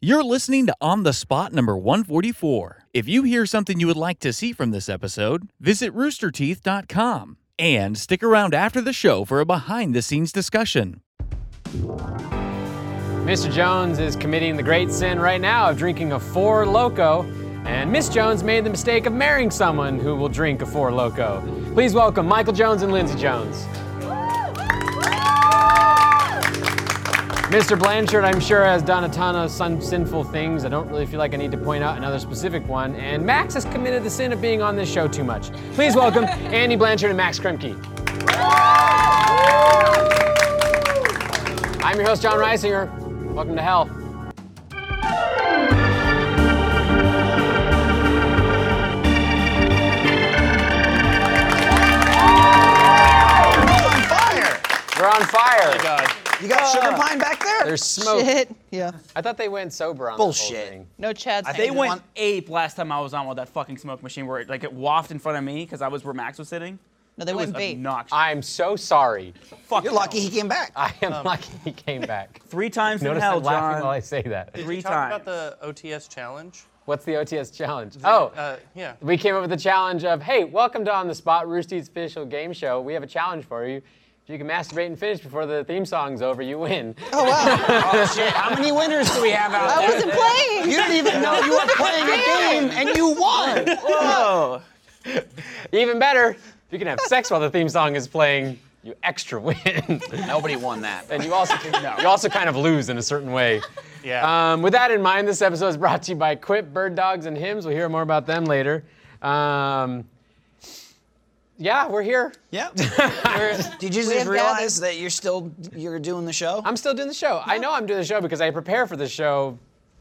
You're listening to On the Spot number 144. If you hear something you would like to see from this episode, visit roosterteeth.com and stick around after the show for a behind the scenes discussion. Mr. Jones is committing the great sin right now of drinking a four loco, and Miss Jones made the mistake of marrying someone who will drink a four loco. Please welcome Michael Jones and Lindsey Jones. Mr. Blanchard, I'm sure, has done a ton of some sinful things. I don't really feel like I need to point out another specific one. And Max has committed the sin of being on this show too much. Please welcome Andy Blanchard and Max Kremke. I'm your host, John Reisinger. Welcome to Hell. on fire. We're on fire. You got sugar pine back there? There's smoke. Shit. Yeah. I thought they went sober on the whole Bullshit. thing. No Chad's. I They And went one- ape last time I was on with that fucking smoke machine where it, like it wafted in front of me because I was where Max was sitting. No, they It was went bait. obnoxious. I'm so sorry. Fuck You're no. lucky he came back. I am lucky he came back. Um, Three times in Notice hell, I'm laughing John. while I say that. Three Talk times. about the OTS challenge. What's the OTS challenge? oh, uh, yeah. we came up with a challenge of, hey, welcome to On the Spot, Roosty's official game show. We have a challenge for you. If you can masturbate and finish before the theme song's over, you win. Oh wow. How many winners do we have out I wasn't playing. You didn't even know you were playing a game and you won. Whoa. Even better, if you can have sex while the theme song is playing, you extra win. Nobody won that. and you also you also kind of lose in a certain way. Yeah. Um, with that in mind, this episode is brought to you by Quip, Bird Dogs, and Hymns. We'll hear more about them later. Um, yeah, we're here. Yep. We're- Did you just have realize that you're still you're doing the show? I'm still doing the show. I know I'm doing the show because I prepare for the show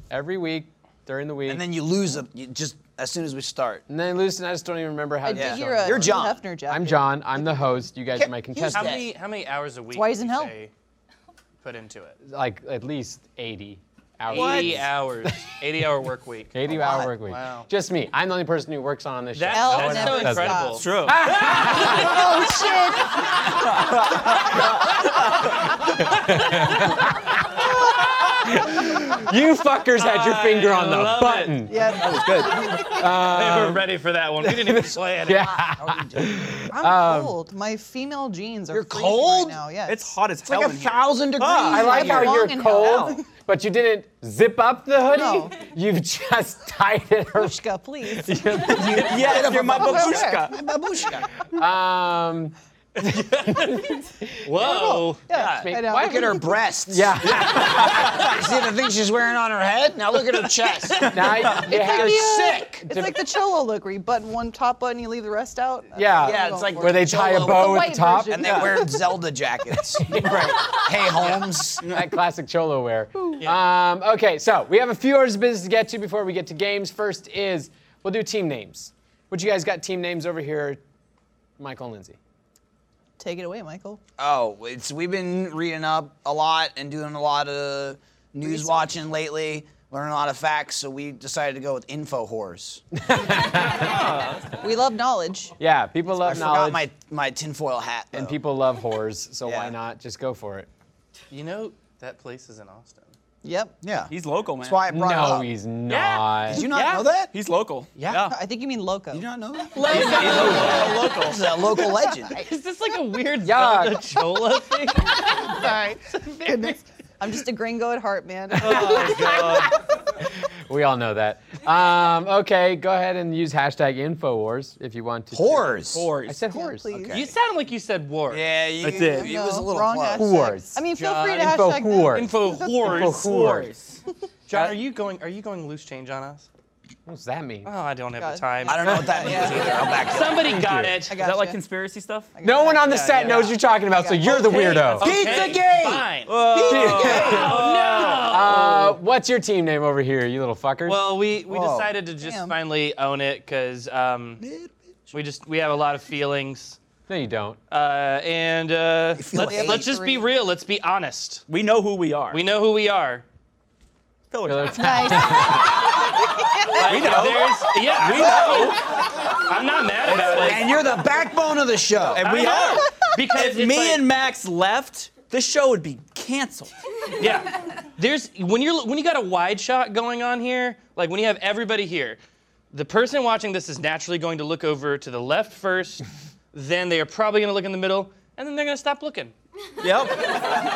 every week during the week. and then you lose a, you just as soon as we start. and then Lucy, I just don't even remember how I the did show hear a You're Hugh John. Hefner joke. I'm John. I'm the host. You guys are my Here's How contestants. that. many how many hours a week? why he's in would you hell. say Put into it. Like at least 80 hours. 80 hours. 80 hour work week. 80 hour lot. work week. Wow. Just me. I'm the only person who works on this show. That- Hell that's so never incredible. stops. True. Oh shit. You fuckers had your finger on the love it. button. Yeah. they were ready for that one. We didn't even play it. Um, I'm cold. My female jeans are. You're freezing right cold? now. Yeah. It's hot as It's hell like a in here. thousand degrees. Ah, I like how Long you're and cold, held. but you didn't zip up the hoodie. No. You've just tied it around. Pushka, please. yes, you're my babushka. My babushka. Um, Whoa. Yeah, I know. Why Look at her breasts. yeah. See the thing she's wearing on her head? Now look at her chest. Now you have- Maybe, uh, sick. It's like the cholo look where you button one top button, you leave the rest out. Yeah. Yeah, it's like where they tie a Cholo. bow The at the white top. version. And they wear Zelda jackets. Hey Holmes. that classic cholo wear. Um, okay, so we have a few hours of business to get to before we get to games. First is we'll do team names. What you guys got team names over here? Michael and Lindsay. Take it away, Michael. Oh, it's we've been reading up a lot and doing a lot of news watching lately, learning a lot of facts. So we decided to go with info whores. We love knowledge. Yeah, people love I knowledge forgot my my tinfoil hat. and though. people love whores, so why Yeah. not just go for it? You know that place is in Austin. Yep. Yeah, He's local, man. That's why I brought it No, up. he's not. Did you not Yeah. know that? He's local. Yeah. I think you mean loco. Did you not know that? local. This is a local legend. Is this like a weird Yeah. Zelda Chola thing? Sorry. I'm just a gringo at heart, man. We all know that. Um, okay, go ahead and use hashtag InfoWars if you want to. Whores. I Whores. said Yeah, whores. please. You sound like you said war. Yeah, you, That's it. it was a No, little wrong close. hashtag. Whores. I mean, feel free to Info hashtag. whores. Info whores. Whores. John, are you going? Are you going loose change on us? What does that mean? Oh, I don't have God. the time. I don't know what that means either. I'll back you up. Somebody got it. I Is got that like conspiracy stuff? No one on the set knows you're talking about, so you're the weirdo. Pizzagate! Fine. Uh, what's your team name over here, you little fuckers? Well, we, we Whoa. decided to just Damn. finally own it because um, we just we have a lot of feelings. no, you don't. Uh, and uh, feel let's, like let's just be eighty-three. real. Let's be honest. We know who we are. We know who we are. Pillar Town. Nice. we know. There's, yeah, we know. I'm not mad about it And you're the backbone of the show. We are. because If me and Max left, this show would be canceled. yeah. There's when you're when you got a wide shot going on here, like when you have everybody here, the person watching this is naturally going to look over to the left first, then they are probably going to look in the middle, and then they're going to stop looking. Yep.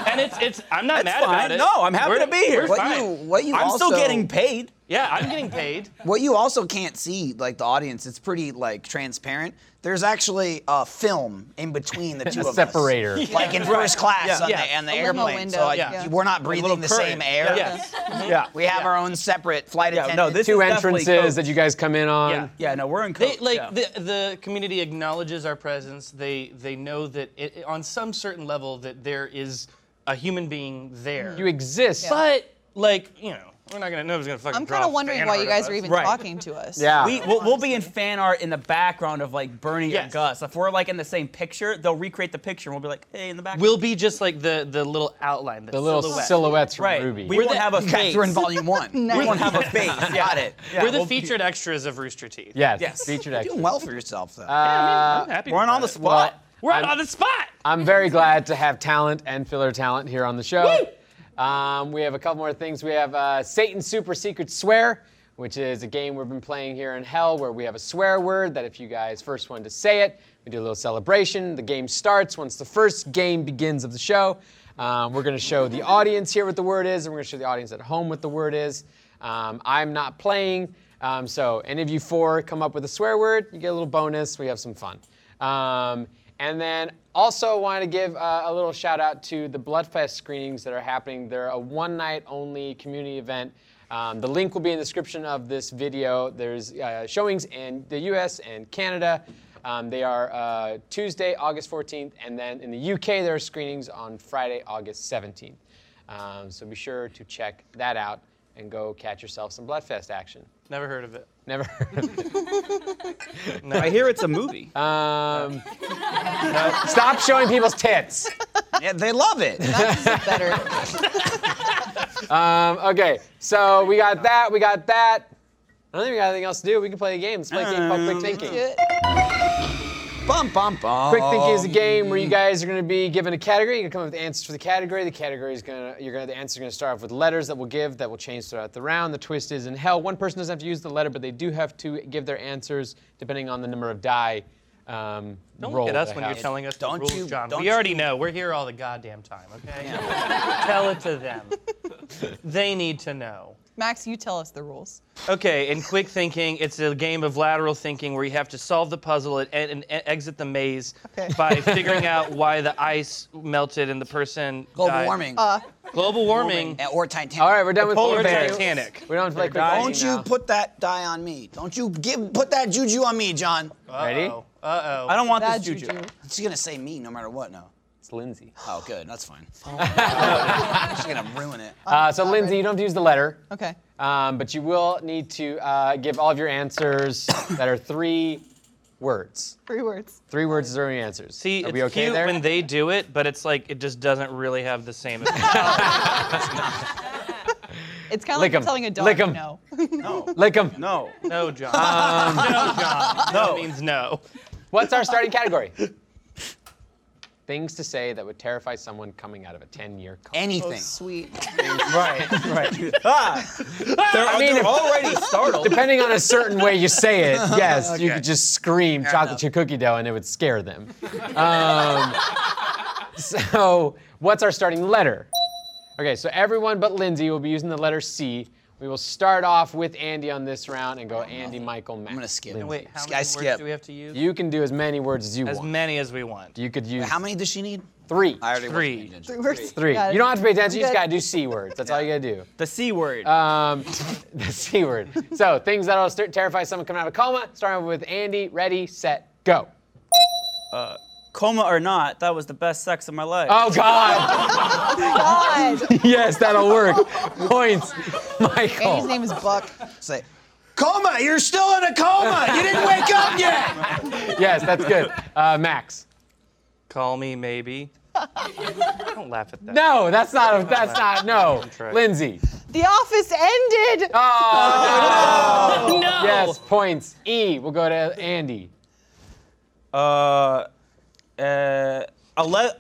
And it's it's I'm not That's mad fine. about it. No, I'm happy We're- to be here. We're What fine. you what you I'm also, still getting paid. Yeah, I'm getting paid. What you also can't see, like the audience, it's pretty like transparent. There's actually a film in between the two of separator. us, like in first class on Yeah. the, on the A limo airplane. window, So like, yeah. we're not Like a breathing the little same current. air. Yes. Yeah. We have our own separate flight Yeah, attendant. no, this too. Two is definitely entrances Coke. that you guys come in on. Yeah. yeah, no, we're in Coke. They, like yeah. the the community acknowledges our presence. They they know that it, on some certain level that there is a human being there. You exist. but like you know, we're not gonna nobody's gonna fucking. I'm draw kind a of wondering fan why art you of guys us. are even Right. talking to us. Yeah. we, we'll, we'll be in fan art in the background of like Bernie and Yes. Gus. If we're like in the same picture, they'll recreate the picture and we'll be like, hey, in the back. We'll be just like the the little outline, the, the little silhouette. silhouettes from right. Ruby. We We're won't the- have a face. Guys, we're in volume one. We won't have a face. Got it. We're the featured extras of Rooster Teeth. yes. Yes. Featured You're doing actors. well for yourself, though. Uh, I'm happy. We're on about on the it. spot. We're I'm- on the spot. I'm very glad to have talent and filler talent here on the show. Um, we have a couple more things. We have uh, Satan's Super Secret Swear, which is a game we've been playing here in Hell, where we have a swear word that if you guys first one to say it, we do a little celebration. The game starts once the first game begins of the show. Um, we're going to show the audience here what the word is, and we're going to show the audience at home what the word is. Um, I'm not playing, um, so any of you four come up with a swear word, you get a little bonus. We have some fun. Um, and then also want to give uh, a little shout out to the Bloodfest screenings that are happening. They're a one night only community event. Um, the link will be in the description of this video. There's uh, showings in the US and Canada. Um, they are uh, Tuesday, August 14th, and then in the UK, there are screenings on Friday, August 17th. Um, so be sure to check that out and go catch yourself some Bloodfest action. Never heard of it. Never heard of it. I hear it's a movie. Um, stop showing people's tits. yeah, they love it. That's better. Um, okay, so we got that, we got that. I don't think we got anything else to do. We can play a game. Let's play a game called Quick Thinking. bum, bum, bum. Quick Thinking is a game where you guys are going to be given a category. You're going to come up with answers for the category. The category is going to, you're going to, the answer is going to start off with letters that we'll give that will change throughout the round. The twist is in hell, one person doesn't have to use the letter, but they do have to give their answers depending on the number of die. Um, Don't roll look at us they when you're have. telling us Don't the rules, you- John. don't we already know. We're here all the goddamn time. Okay. Tell it to them. they need to know. Max, you tell us the rules. Okay, in quick thinking, it's a game of lateral thinking where you have to solve the puzzle and, and, and exit the maze Okay. by figuring out why the ice melted and the person Global died. warming. Global warming. Uh, or Titanic. All right, we're done with Polar Quick Thinking. Titanic. We don't have to play Quick dying. Thinking Don't you now. put that die on me. Don't you give put that juju on me, John. Ready? Uh-oh. Uh-oh. I don't want Bad this juju. juju. She's gonna say me no matter what, no. It's Lindsay. Oh, good. That's fine. She's gonna ruin it. Uh, so Lindsay, you don't have to use the letter. Okay. Um, but you will need to uh, give all of your answers that are three words. Three words. Three words is three answers. See, are it's we okay cute there? when they do it, but it's like it just doesn't really have the same. effect. It's kind of Lick like 'em. telling a dog Lick 'em. no. Lick 'em. No. no, John. Um, no, John. No means no. What's our starting category? Things to say that would terrify someone coming out of a 10-year college. Anything. Sweet. Right, right. Ah, they're, I mean, they're if- already startled. Depending on a certain way you say it, yes, you could just scream chocolate chip cookie dough and it would scare them. Um, so, what's our starting letter? Okay, so everyone but Lindsay will be using the letter C. We will start off with Andy on this round and go Andy, Michael, Matt. I'm gonna skip. Wait, how I many words skip. do we have to use? You can do as many words as you as want. many as we want. you could use How many does she need? three. I already Three. wasn't paying attention. Three words. Three. Got it. You don't have to pay attention. You just Good. gotta do C words. That's all you gotta do. The C word. Um, the C word. So things that'll stir- terrify someone coming out of a coma. Starting with Andy. Ready, set, go. Coma or not, that was the best sex of my life. Oh God. God. yes, that'll work. Points, Andy's Michael. name is Buck. Say, coma. You're still in a coma. You didn't wake up yet. Yes, that's good. Uh, Max. Call me maybe. don't laugh at that. No, that's not. A, that's not. No. Lindsay. The office ended. Ah. Oh, Oh, no. Yes, points. E. We'll go to Andy. Uh, uh, ele-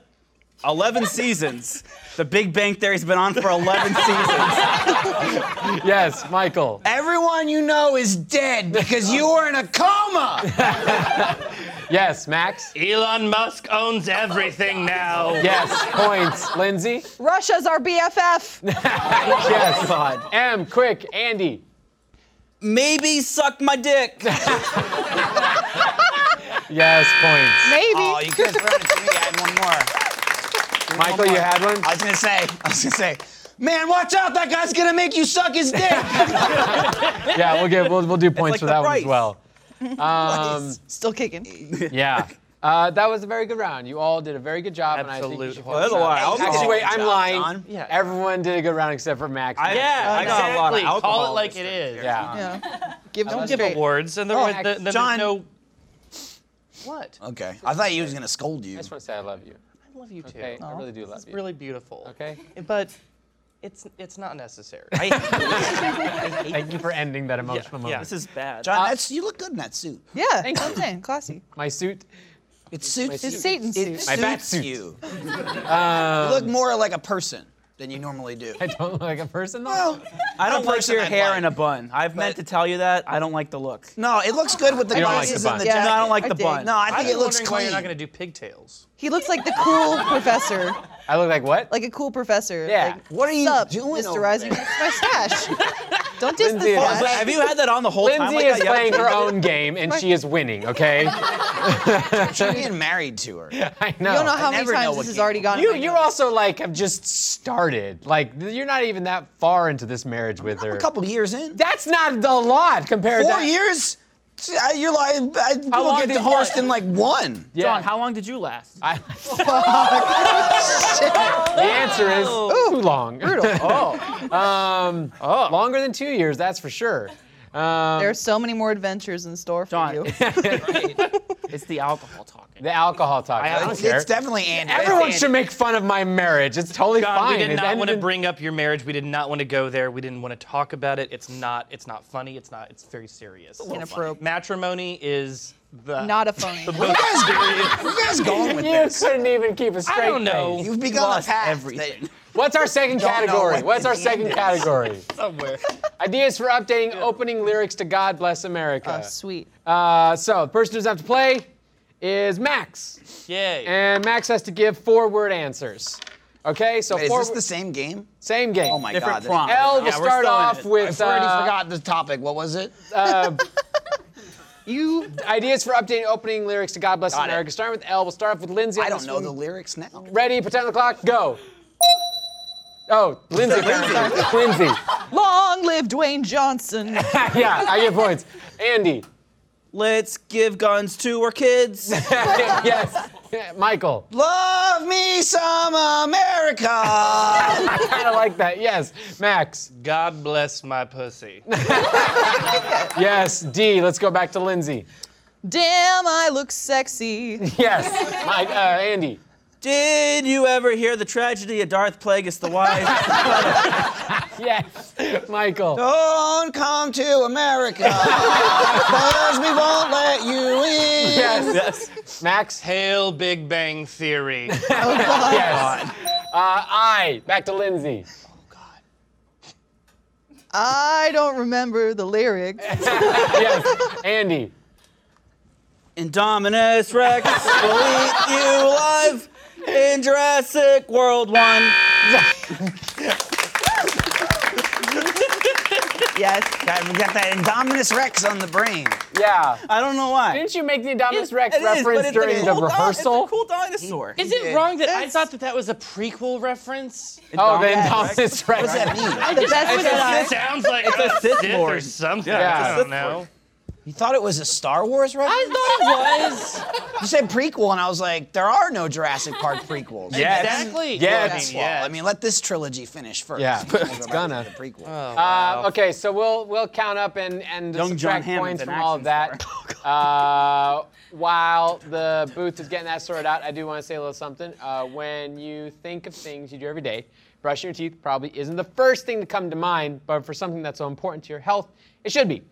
11 seasons. The Big Bang Theory's been on for 11 seasons. Yes, Michael. Everyone you know is dead because you were in a coma. Yes, Max. Elon Musk owns everything now. Yes, points. Lindsay. Russia's our BFF. Oh, Yes. M, quick, Andy. Maybe suck my dick. Yes, points. Maybe. Oh, you could have thrown it to me. I had one more. Michael, you had one? I was gonna say. I was gonna say. Man, watch out! That guy's gonna make you suck his dick. Yeah, we'll give we'll, we'll do points like for the that one as price. well. Um, Still kicking. Yeah. Uh, that was a very good round. You all did a very good job, and I think you Absolute should horse That's a lot of Actually, alcohol. wait, I'm John, lying. John. Yeah. Everyone did a good round except for Max. Oh, I- Yeah, I got exactly. a lot of Call it alcohol like it listed is. yeah. Yeah. Give them Don't give straight. awards, and otherwise Oh, th- then John. there's no. What? I okay. I thought he was gonna scold you. I just want to say I love you. love you too. Okay, I really do love It's you. really beautiful. Okay. But it's it's not necessary. Thank you for ending that emotional moment. This is bad. Uh, John, that's you look good in that suit. Yeah. Thanks. I'm saying classy. My suit. It suits It's you. Satan suit. My bat suits suit. you. you look more like a person than you normally do. I don't look like a person. though. Well, I don't a like person your I'd hair like. in a bun. I've meant But- to tell you that. I don't like the look. no, it looks good with the don't like the glasses bun. and the No, Yeah. jacket. I don't like the I did. bun. No, I I'm think it looks wondering clean. why you're not going to do pigtails. He looks like the cool professor. I look like what? Like a cool professor. Yeah. Like, What are you Sup, doing Mr. over Rising? there? It's my stash. Don't diss Lindsay, the it's But stash. have you had that on the whole time? Lindsay Like is that? Yeah. playing her own game and she is winning, okay? You're being married to her. I You know. don't know how many never know times what this has game already gone. you on. you also like have just started. Like you're not even that far into this marriage with her. A couple years in. That's not a lot compared Four to years? I- You're like, I, people long get did divorced what? in like one. Yeah. John, how long did you last? The answer is too long. Um, oh, Longer than two years, that's for sure. There are so many more adventures in store for John. you. it's the alcohol talking. The alcohol talk. I, I don't it's, care. it's definitely Andy. Everyone Andy. should make fun of my marriage. It's totally God, fine. we did It not want to ended- bring up your marriage. We did not want to go there. We didn't want to talk about it. It's not. It's not funny. It's not. It's very serious. Inappropriate. Matrimony is the Not a phony. the most serious. Where you guys going with You this? couldn't even keep a straight I don't know. face. You've begun a lost path. everything. that- What's our second Don't know category? what What's our the second end is. category? somewhere. Ideas for updating opening lyrics to God Bless America. Oh, sweet. Uh, so the person who doesn't have to play is Max, Yay. and Max has to give four word answers. Okay, so Wait, is four this the same game? same game. Oh my Different god. prompt. L will Yeah, we're start still in off it. with I already uh, forgot the topic. What was it? You ideas for updating opening lyrics to God Bless Got it. America. Starting with L. We'll start off with Lindsay. on I don't this know one. the lyrics now. Ready? Put down the clock. Go. Oh, Lindsay. Lindsay. Long live Dwayne Johnson. Yeah, I get points. Andy. Let's give guns to our kids. yes. Michael. Love me some America. Kind of like that. Yes. Max. God bless my pussy. Yes. D. Let's go back to Lindsay. Damn, I look sexy. Yes. Mike. Uh, Andy. Did you ever hear the tragedy of Darth Plagueis the Wise? Yes. Michael. don't come to America. Cause we won't let you in. Yes. Max. Hail Big Bang Theory. Yes. Uh, I. Back to Lindsay. I don't remember the lyrics. Yes. Andy. Indominus Rex will eat you alive in Jurassic World 1. Yes. God, we got that Indominus Rex on the brain. Yeah. I don't know why. Didn't you make the Indominus Rex It is, but reference it's a during the cool di- rehearsal? It's a cool dinosaur. Is it wrong that I thought that that was a prequel reference? Oh, the Indominus Indominus Rex. Rex. What does that mean? The best It just Jedi. sounds like it's a Sith or Lord. something. Yeah, it's a Sith I don't know. You thought it was a Star Wars reference? I thought it was. You said prequel, and I was like, there are no Jurassic Park prequels. Yes. Exactly. Yes. I mean, Well, yes. I mean, let this trilogy finish first. Yeah, We'll go it's back to gonna. the prequel. Uh, okay, so we'll we'll count up and and Oh, Young John subtract Hammond's points an from all of action Oh, that. uh, while the booth is getting that sorted out, I do want to say a little something. Uh, when you think of things you do every day, brushing your teeth probably isn't the first thing to come to mind, but for something that's so important to your health, it should be.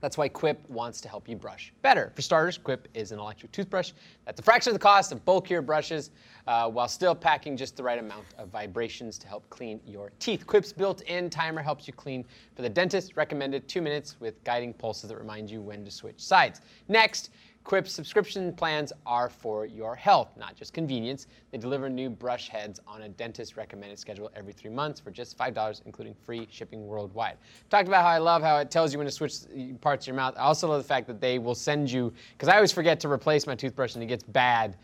That's why Quip wants to help you brush better. For starters, Quip is an electric toothbrush that's a fraction of the cost of bulkier brushes uh, while still packing just the right amount of vibrations to help clean your teeth. Quip's built in timer helps you clean for the dentist, recommended two minutes with guiding pulses that remind you when to switch sides. Next, Quip's subscription plans are for your health, not just convenience. They deliver new brush heads on a dentist recommended schedule every three months for just $5, including free shipping worldwide. Talked about how I love how it tells you when to switch parts of your mouth. I also love the fact that they will send you, because I always forget to replace my toothbrush and it gets bad.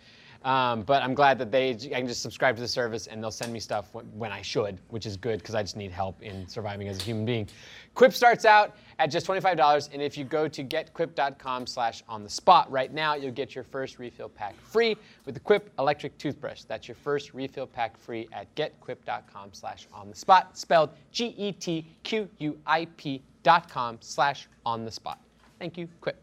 Um, but I'm glad that they, I can just subscribe to the service and they'll send me stuff when, when I should, which is good because I just need help in surviving as a human being. Quip starts out at just $25, and if you go to getquip.com slash on the spot right now, you'll get your first refill pack free with the Quip electric toothbrush. That's your first refill pack free at getquip.com slash on the spot, spelled E G-E-T-Q-U-I-P dot com slash on the spot. Thank you, Quip.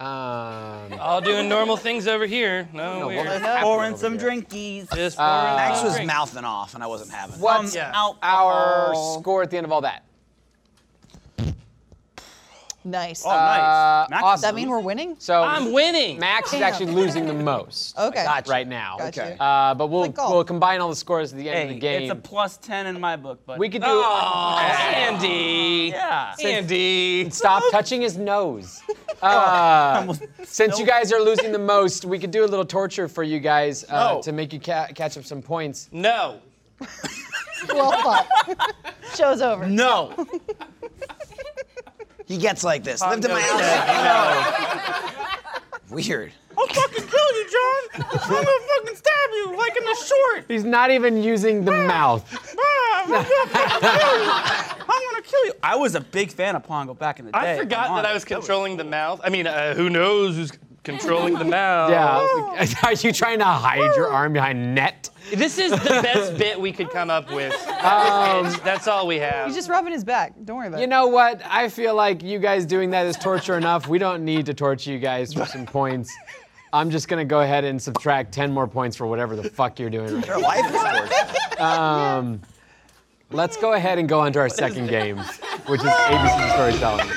Um, All doing normal things over here. No, No, weird. well, Let's pour in some drinkies. Just Max pouring was drinks. mouthing off, and I wasn't having. it. What's Yeah. our Alcohol. score at the end of all that? Nice. Oh, nice. Max is uh, awesome. Does that mean we're winning? So I'm winning. Max is actually losing the most Okay. right now. Gotcha. Okay. Uh, but we'll Like golf. we'll combine all the scores at the end of Hey, the game. it's a plus 10 in my book, but we could do Oh, Andy. yeah. Andy. stop touching his nose. Uh, since you guys are losing the most, we could do a little torture for you guys uh, No. to make you ca- catch up some points. No. well, fuck. Show's over. No. He gets like this. Lived in my house. Weird. I'll fucking kill you, John. I'm gonna fucking stab you, like in the short. He's not even using the mouth. Ah, I'm gonna fucking kill you. I'm gonna kill you. I was a big fan of Pongo back in the day. I forgot I'm that I was honest. controlling the mouth. I mean, uh, who knows who's controlling the mouth? Yeah. Are you trying to hide your arm behind net? This is the best bit we could come up with. It's- that's all we have. He's just rubbing his back. Don't worry about You it. know what? I feel like you guys doing that is torture enough. We don't need to torture you guys for some points. I'm just gonna go ahead and subtract 10 more points for whatever the fuck you're doing right now. Their life is torture. Let's go ahead and go on to our second game, which is ABC Storytelling.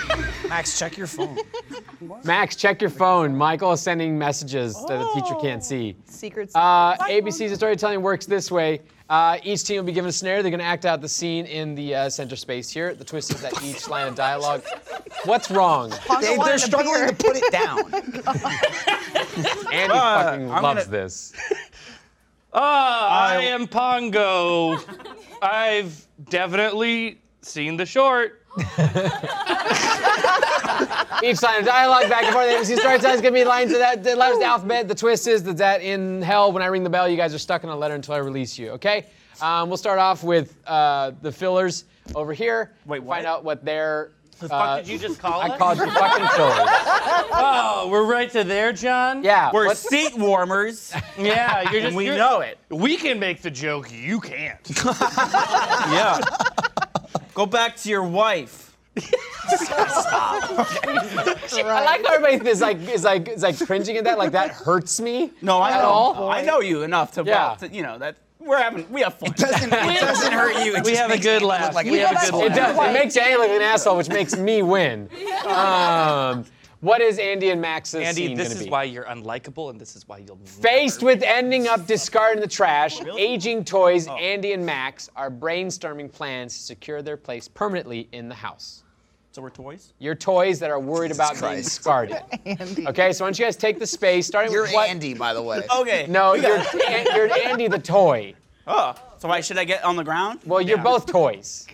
Max, check your phone. Max, check your phone. Michael is sending messages that the teacher can't see. Secrets. Uh, ABC's storytelling works this way. Uh, each team will be given a snare. They're going to act out the scene in the uh, center space here. The twist is that each line of dialogue. What's wrong? Pongo They, wanted they're a struggling beer. to put it down. Andy fucking I'm loves gonna- this. Ah, I am Pongo. I've definitely seen the short. Each line of dialogue back and forth. ABC storytelling is going to be lines of that, the letters of the alphabet. The twist is that, that in hell, when I ring the bell, you guys are stuck in a letter until I release you. Okay? Um, we'll start off with uh, the fillers over here. Wait, what? Find out what their. The fuck uh, did you just call I us? called you fucking fillers. oh, we're right to there, John. Yeah. We're what- seat warmers, Yeah, you're just. and we you're- know it. We can make the joke. You can't. Yeah. Go back to your wife. I like how everybody is like is like is like cringing at that. Like that hurts me. No, I at know. all. I know you enough to, Yeah. to- you know that we're having we have fun. doesn't, it doesn't hurt you. It We just have a makes good me look laugh. Like We have a That's good what It laugh. does. It Right. makes Andy look like an asshole, which makes me win. Um, what is Andy and Max's Andy, scene this gonna is be? why you're unlikable, and this is why you'll. Faced with ending up discarding the trash, Oh. aging toys, Andy and Max are brainstorming plans to secure their place permanently in the house. So we're toys. Your toys that are worried about being Christ. discarded. Andy. Okay, so why don't you guys take the space, starting You're with what? Andy, by the way. Okay. No, you're, you're Andy the toy. Oh, so why should I get on the ground? Well, you're Yeah. both toys.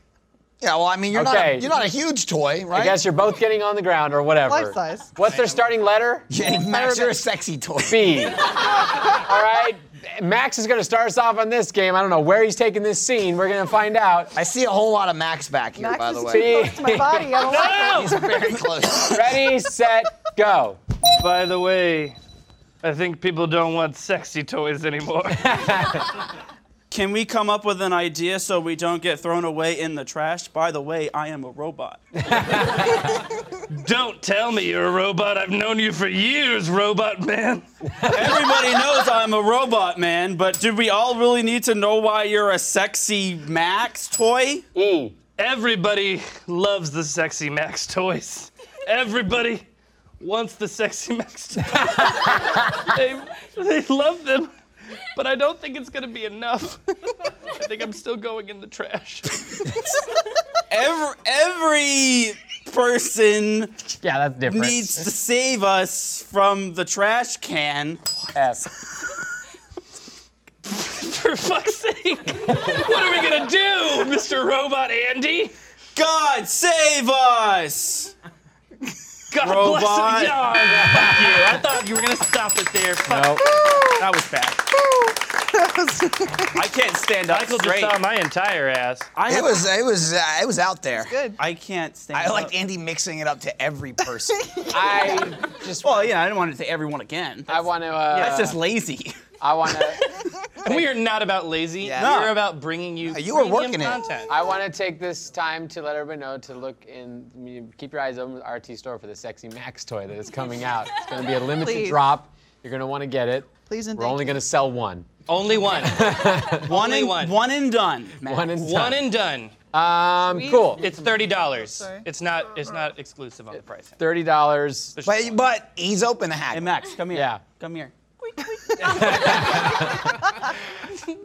Yeah, well, I mean, you're not Okay. a, you're not a huge toy, right? I guess you're both getting on the ground or whatever. Life size. What's their starting letter? Yeah, Max, you're a sexy toy. B. All right. Max is going to start us off on this game. I don't know where he's taking this scene. We're going to find out. I see a whole lot of Max back here, Max by is the too way. close to my body. I don't like He's very close. Ready, set, go. By the way, I think people don't want sexy toys anymore. Can we come up with an idea so we don't get thrown away in the trash? By the way, I am a robot. Don't tell me you're a robot. I've known you for years, robot man. Everybody knows I'm a robot, man, but do we all really need to know why you're a sexy Max toy? E. Everybody loves the sexy Max toys. Everybody wants the sexy Max toys. they, they love them, but I don't think it's gonna be enough. I think I'm still going in the trash. Every, every person Yeah, that's different. needs to save us from the trash can. F. For fuck's sake, what are we gonna do, Mr. Robot Andy? God save us! God bless Robot. him. No, fuck you. I thought you were gonna stop it there. Fuck. Nope. That was bad. I can't stand up Michael just straight. saw my entire ass. I, It have- was it was uh, it was out there. Good. I can't stand I up. liked Andy mixing it up to every person. I just Well, yeah, I didn't want to say everyone again. I want to. Uh, That's just lazy. I want to. We are not about lazy. Yeah. Uh, We're about bringing you. you were premium working it. content. I want to take this time to let everyone know to look in. I mean, keep your eyes open with RT Store for the Sexy Max toy that is coming out. It's going to be a limited Please. drop. You're going to want to get it. Please and We're thank only you. going to sell one. Only one. One Only and one. one and done. Matt. One and done. one and done. um, cool. It's thirty dollars. Sorry. It's not. It's not exclusive on the price. Thirty dollars. but but he's open to hack. Hey Max, come here. Yeah. Come here.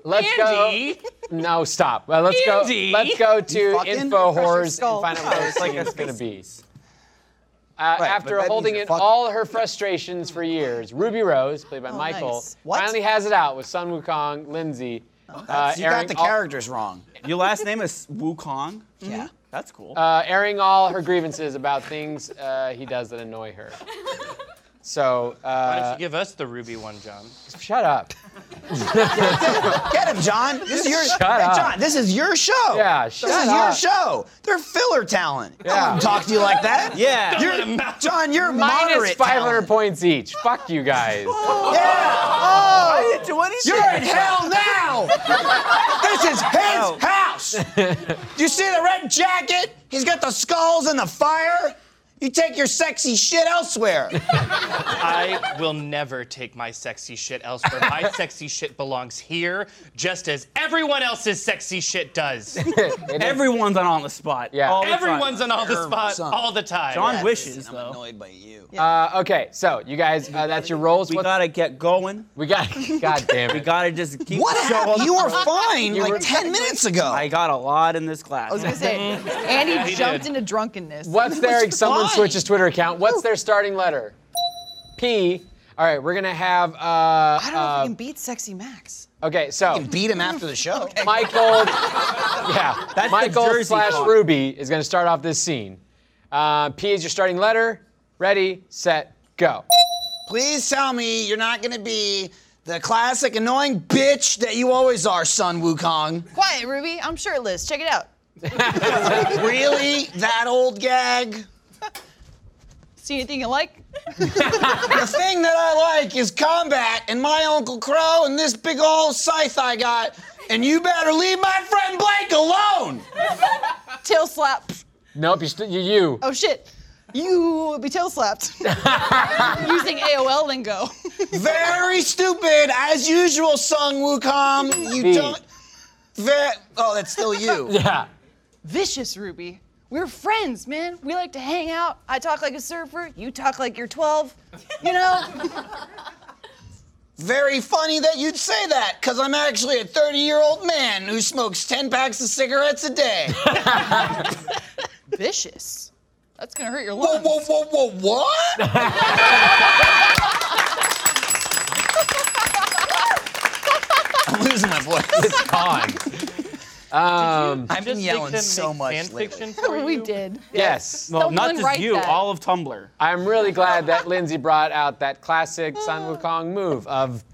Let's go. Andy, No, stop. Well, let's go. Andy! Let's go You to fucking- info horrors and skull. find out what this thing is going to be. Uh, but after that means holding you're in fucking- all her frustrations for years, Ruby Rose, played by Oh, Michael, nice. What? finally has it out with Sun Wukong, Lindsay. Uh, Oh, you got airing the all- characters wrong. Your last name is Wukong. Yeah. That's cool. uh, airing all her grievances about things uh, he does that annoy her. So, Why don't uh, you give us the ruby one, John? shut up. Get him, John. This is your Shut up. John. This is your show. Yeah, shut This is up. your show. They're filler talent. I Yeah. wouldn't talk to you like that. yeah. You're, John, you're Minus moderate 500 talent. points each. Fuck you guys. Yeah. I didn't do anything. You're in hell now. this is his Oh. house. Do you see the red jacket? He's got the skulls and the fire. You take your sexy shit elsewhere. I will never take my sexy shit elsewhere. My sexy shit belongs here, just as everyone else's sexy shit does. Everyone's on on the spot. Yeah. All the time. Everyone's on all the spot Son. all the time. John wishes though. annoyed by you. Uh, okay, so you guys, uh, that's your roles. We What- gotta get going. we got. God damn We it. gotta just keep What the show happened? on- You were fine You like were- 10 minutes ago. I got a lot in this class. I was gonna say, Andy he jumped did. into drunkenness. What's their? Someone fine. switch his Twitter account. What's their starting letter? P. All right, we're gonna have. Uh, I don't know if we can beat Sexy Max. okay, so Beat him after the show. Michael. yeah, That's the Michael Jersey slash talk. Ruby is going to start off this scene. Uh, P is your starting letter. Ready, set, go. Please tell me you're not gonna be the classic annoying bitch that you always are, Sun Wukong. Quiet, Ruby. I'm shirtless. Check it out. Really? That old gag? See anything you like? The thing that I like is combat and my Uncle Crow and this big old scythe I got, and you better leave my friend Blake alone! Tail slap. Nope, you st- you. you. Oh shit. You will be tail slapped. Using AOL lingo. Very stupid, as usual, Sun Wukong. You B. don't. Ve- oh, that's still you. Yeah. Vicious, Ruby. We're friends, man. We like to hang out. I talk like a surfer. You talk like you're 12. You know? Very funny that you'd say that, because I'm actually a 30 year old man who smokes 10 packs of cigarettes a day. Vicious. That's gonna hurt your whoa, lungs. whoa, whoa, whoa, what? I'm losing my voice. It's gone. I've been Just make yelling them so make much fan lately. fiction for you. we did. yes. well, Someone not just write you, that. all of Tumblr. I'm really glad that Lindsay brought out that classic Sun Wukong move of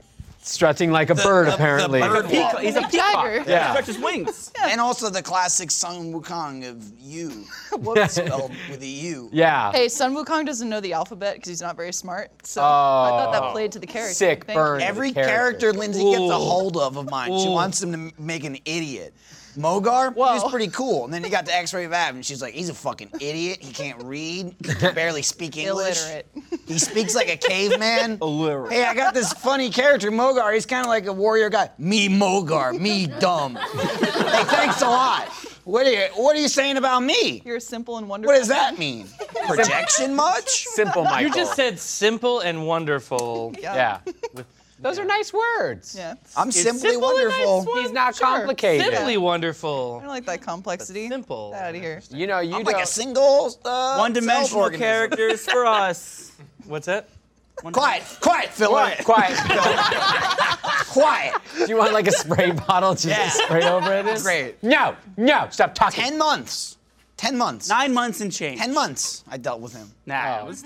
strutting like a bird, apparently. Like a peacock. He's a Like peacock. Jagger. Yeah. Yeah. He stretches wings. And also the classic Sun Wukong of you, spelled with a U. Yeah. Hey, Sun Wukong doesn't know the alphabet because he's not very smart. So I thought that played to the character. Sick Thank you. burn. Every The character. character Lindsay gets a hold of of mine, she wants him to m- make an idiot. Mogar, he was Whoa. pretty cool. And then he got to X-Ray Vab, and she's like, he's a fucking idiot. He can't read. He can barely speak English. Illiterate. He speaks like a caveman. Illiterate. Hey, I got this funny character, Mogar. He's kind of like a warrior guy. Me, Mogar. Me, dumb. hey, thanks a lot. What are you, what are you saying about me? You're simple and wonderful. What does that mean? Projection much? Simple Michael. You just said simple and wonderful. Yeah. Those are nice words. Yeah. I'm simply simple and nice wonderful. one. He's not Sure. complicated. Simply wonderful. I don't like that complexity. Simple. Get out of here. You know, you I'm don't. like a single uh, One-dimensional self-organism. characters for us. What's that? Quiet, quiet, Philip. Quiet, quiet. Quiet. Do you want like a spray bottle just to spray over it? Great. No, no, stop talking. Ten months. Ten months. Nine months and change. Ten months. I dealt with him. Nah, Oh. it, was,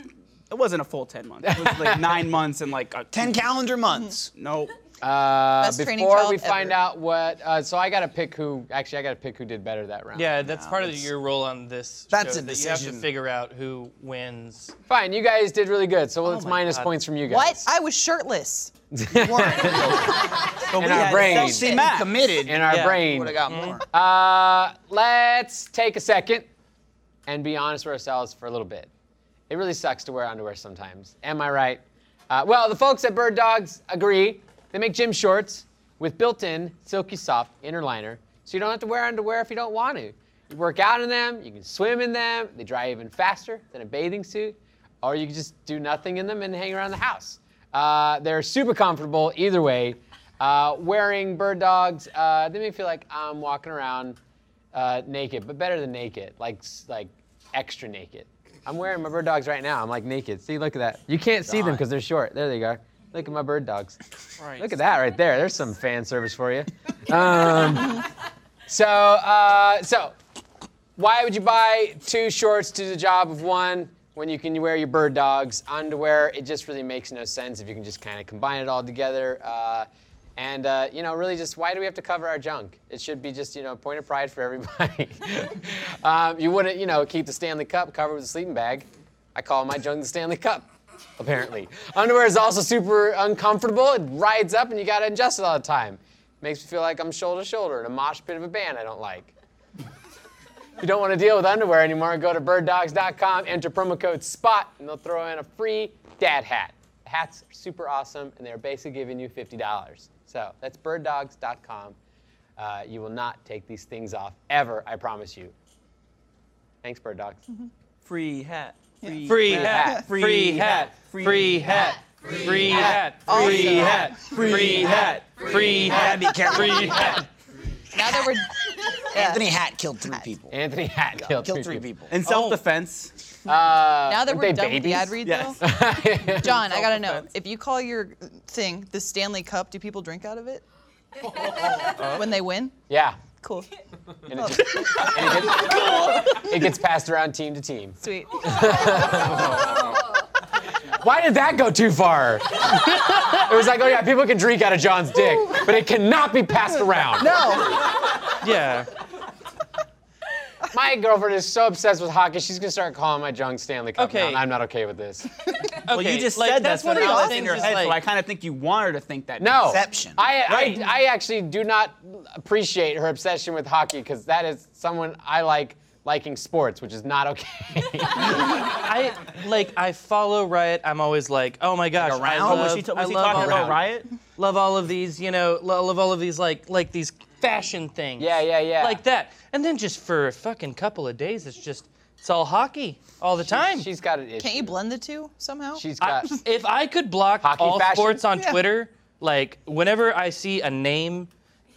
it wasn't a full ten months. It was like nine months and like a Ten calendar months. Nope. Uh, Best training before child we find ever. out what, uh, so I gotta pick who. Actually, I gotta pick who did better that round. Yeah, that's part of your role on this. That's show, a that you have to decision. figure out who wins. Fine, you guys did really good. So it's my minus God. points from you What? guys. I was shirtless. In our brain. See, You Matt. committed. In our Yeah. brain. Would have got more. Uh, let's take a second and be honest with ourselves for a little bit. It really sucks to wear underwear sometimes. Am I right? Uh, well, the folks at Bird Dogs agree. They make gym shorts with built in silky soft inner liner, so you don't have to wear underwear if you don't want to. You work out in them, you can swim in them, they dry even faster than a bathing suit, or you can just do nothing in them and hang around the house. Uh, they're super comfortable either way. Uh, wearing bird dogs, uh, they make me feel like I'm walking around uh, naked, but better than naked, like s- like extra naked. I'm wearing my bird dogs right now. I'm like naked. See, look at that. You can't see them because they're short. There they are. Look at my bird dogs. Look at that right there. There's some fan service for you. Um, so uh, so, why would you buy two shorts to the job of one when you can wear your bird dogs underwear? It just really makes no sense if you can just kind of combine it all together. Uh, and uh, you know, really, just why do we have to cover our junk? It should be just you know, a point of pride for everybody. um, you wouldn't, you know, keep the Stanley Cup covered with a sleeping bag. I call my junk the Stanley Cup. Apparently, underwear is also super uncomfortable. It rides up, and you gotta adjust it all the time. Makes me feel like I'm shoulder to shoulder in a mosh pit of a band I don't like you don't want to deal with underwear anymore, go to birddogs.com, enter promo code SPOT, and they'll throw in a free dad hat. Hats are super awesome, and they're basically giving you $50. So that's birddogs.com. Uh, you will not take these things off ever, I promise you. Thanks, Bird Dogs. Mm-hmm. Free hat. Free, Free hat. Free hat. Free hat. Free hat. Free hat. Free hat. Free hat. Free hat. Now that we're Anthony Hat killed three people. Anthony Hat killed, Killed three people. In self-defense, now that Aren't we're they done with the ad babies? read Yes. though. John, I gotta know. If you call your thing the Stanley Cup, do people drink out of it? when they win? Yeah. Cool. And it, just, and it gets, it gets passed around team to team. Sweet. Why did that go too far? it was like, oh yeah, people can drink out of John's dick, but it cannot be passed around. No. Yeah. My girlfriend is so obsessed with hockey, she's gonna start calling my junk Stanley Cup. Okay. now, and I'm not okay with this. well, you just like, said that's that's one of now those it's in things your is head, so like- I kind of think you want her to think that. No. Obsession. I, Right. I, I actually do not appreciate her obsession with hockey because that is someone I like liking sports, which is not okay. I like I follow Riot. I'm always like, oh my gosh, I Around? love, was she, ta- I was she love talking all- about riot? love all of these, you know, lo- love all of these like like these fashion things. Yeah, yeah, yeah. Like that. And then just for a fucking couple of days, it's just it's all hockey all the time. she's got an issue. Can't you blend the two somehow? She's I- got. if I could block Hockey all fashion? sports on Yeah. Twitter, like whenever I see a name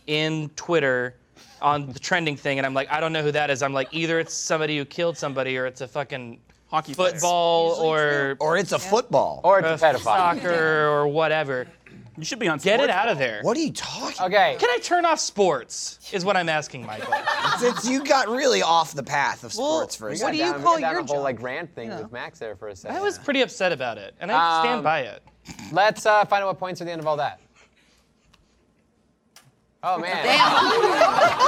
in Twitter on the trending thing, and I'm like, I don't know who that is. I'm like, either it's somebody who killed somebody, or it's a fucking Hockey player. football Usually or Or it's a football. or it's uh, a pedophile. soccer or whatever. You should be on. Get it out of there. what are you talking? Okay. Can I turn off sports? Is what I'm asking, Michael. It's, you got really off the path of Well, sports for a what second. do you Down- we call got down your a whole junk? like rant thing You know. with Max there for a second. I was pretty upset about it, and I Um, stand by it. Let's uh, find out what points are the end of all that. Oh man.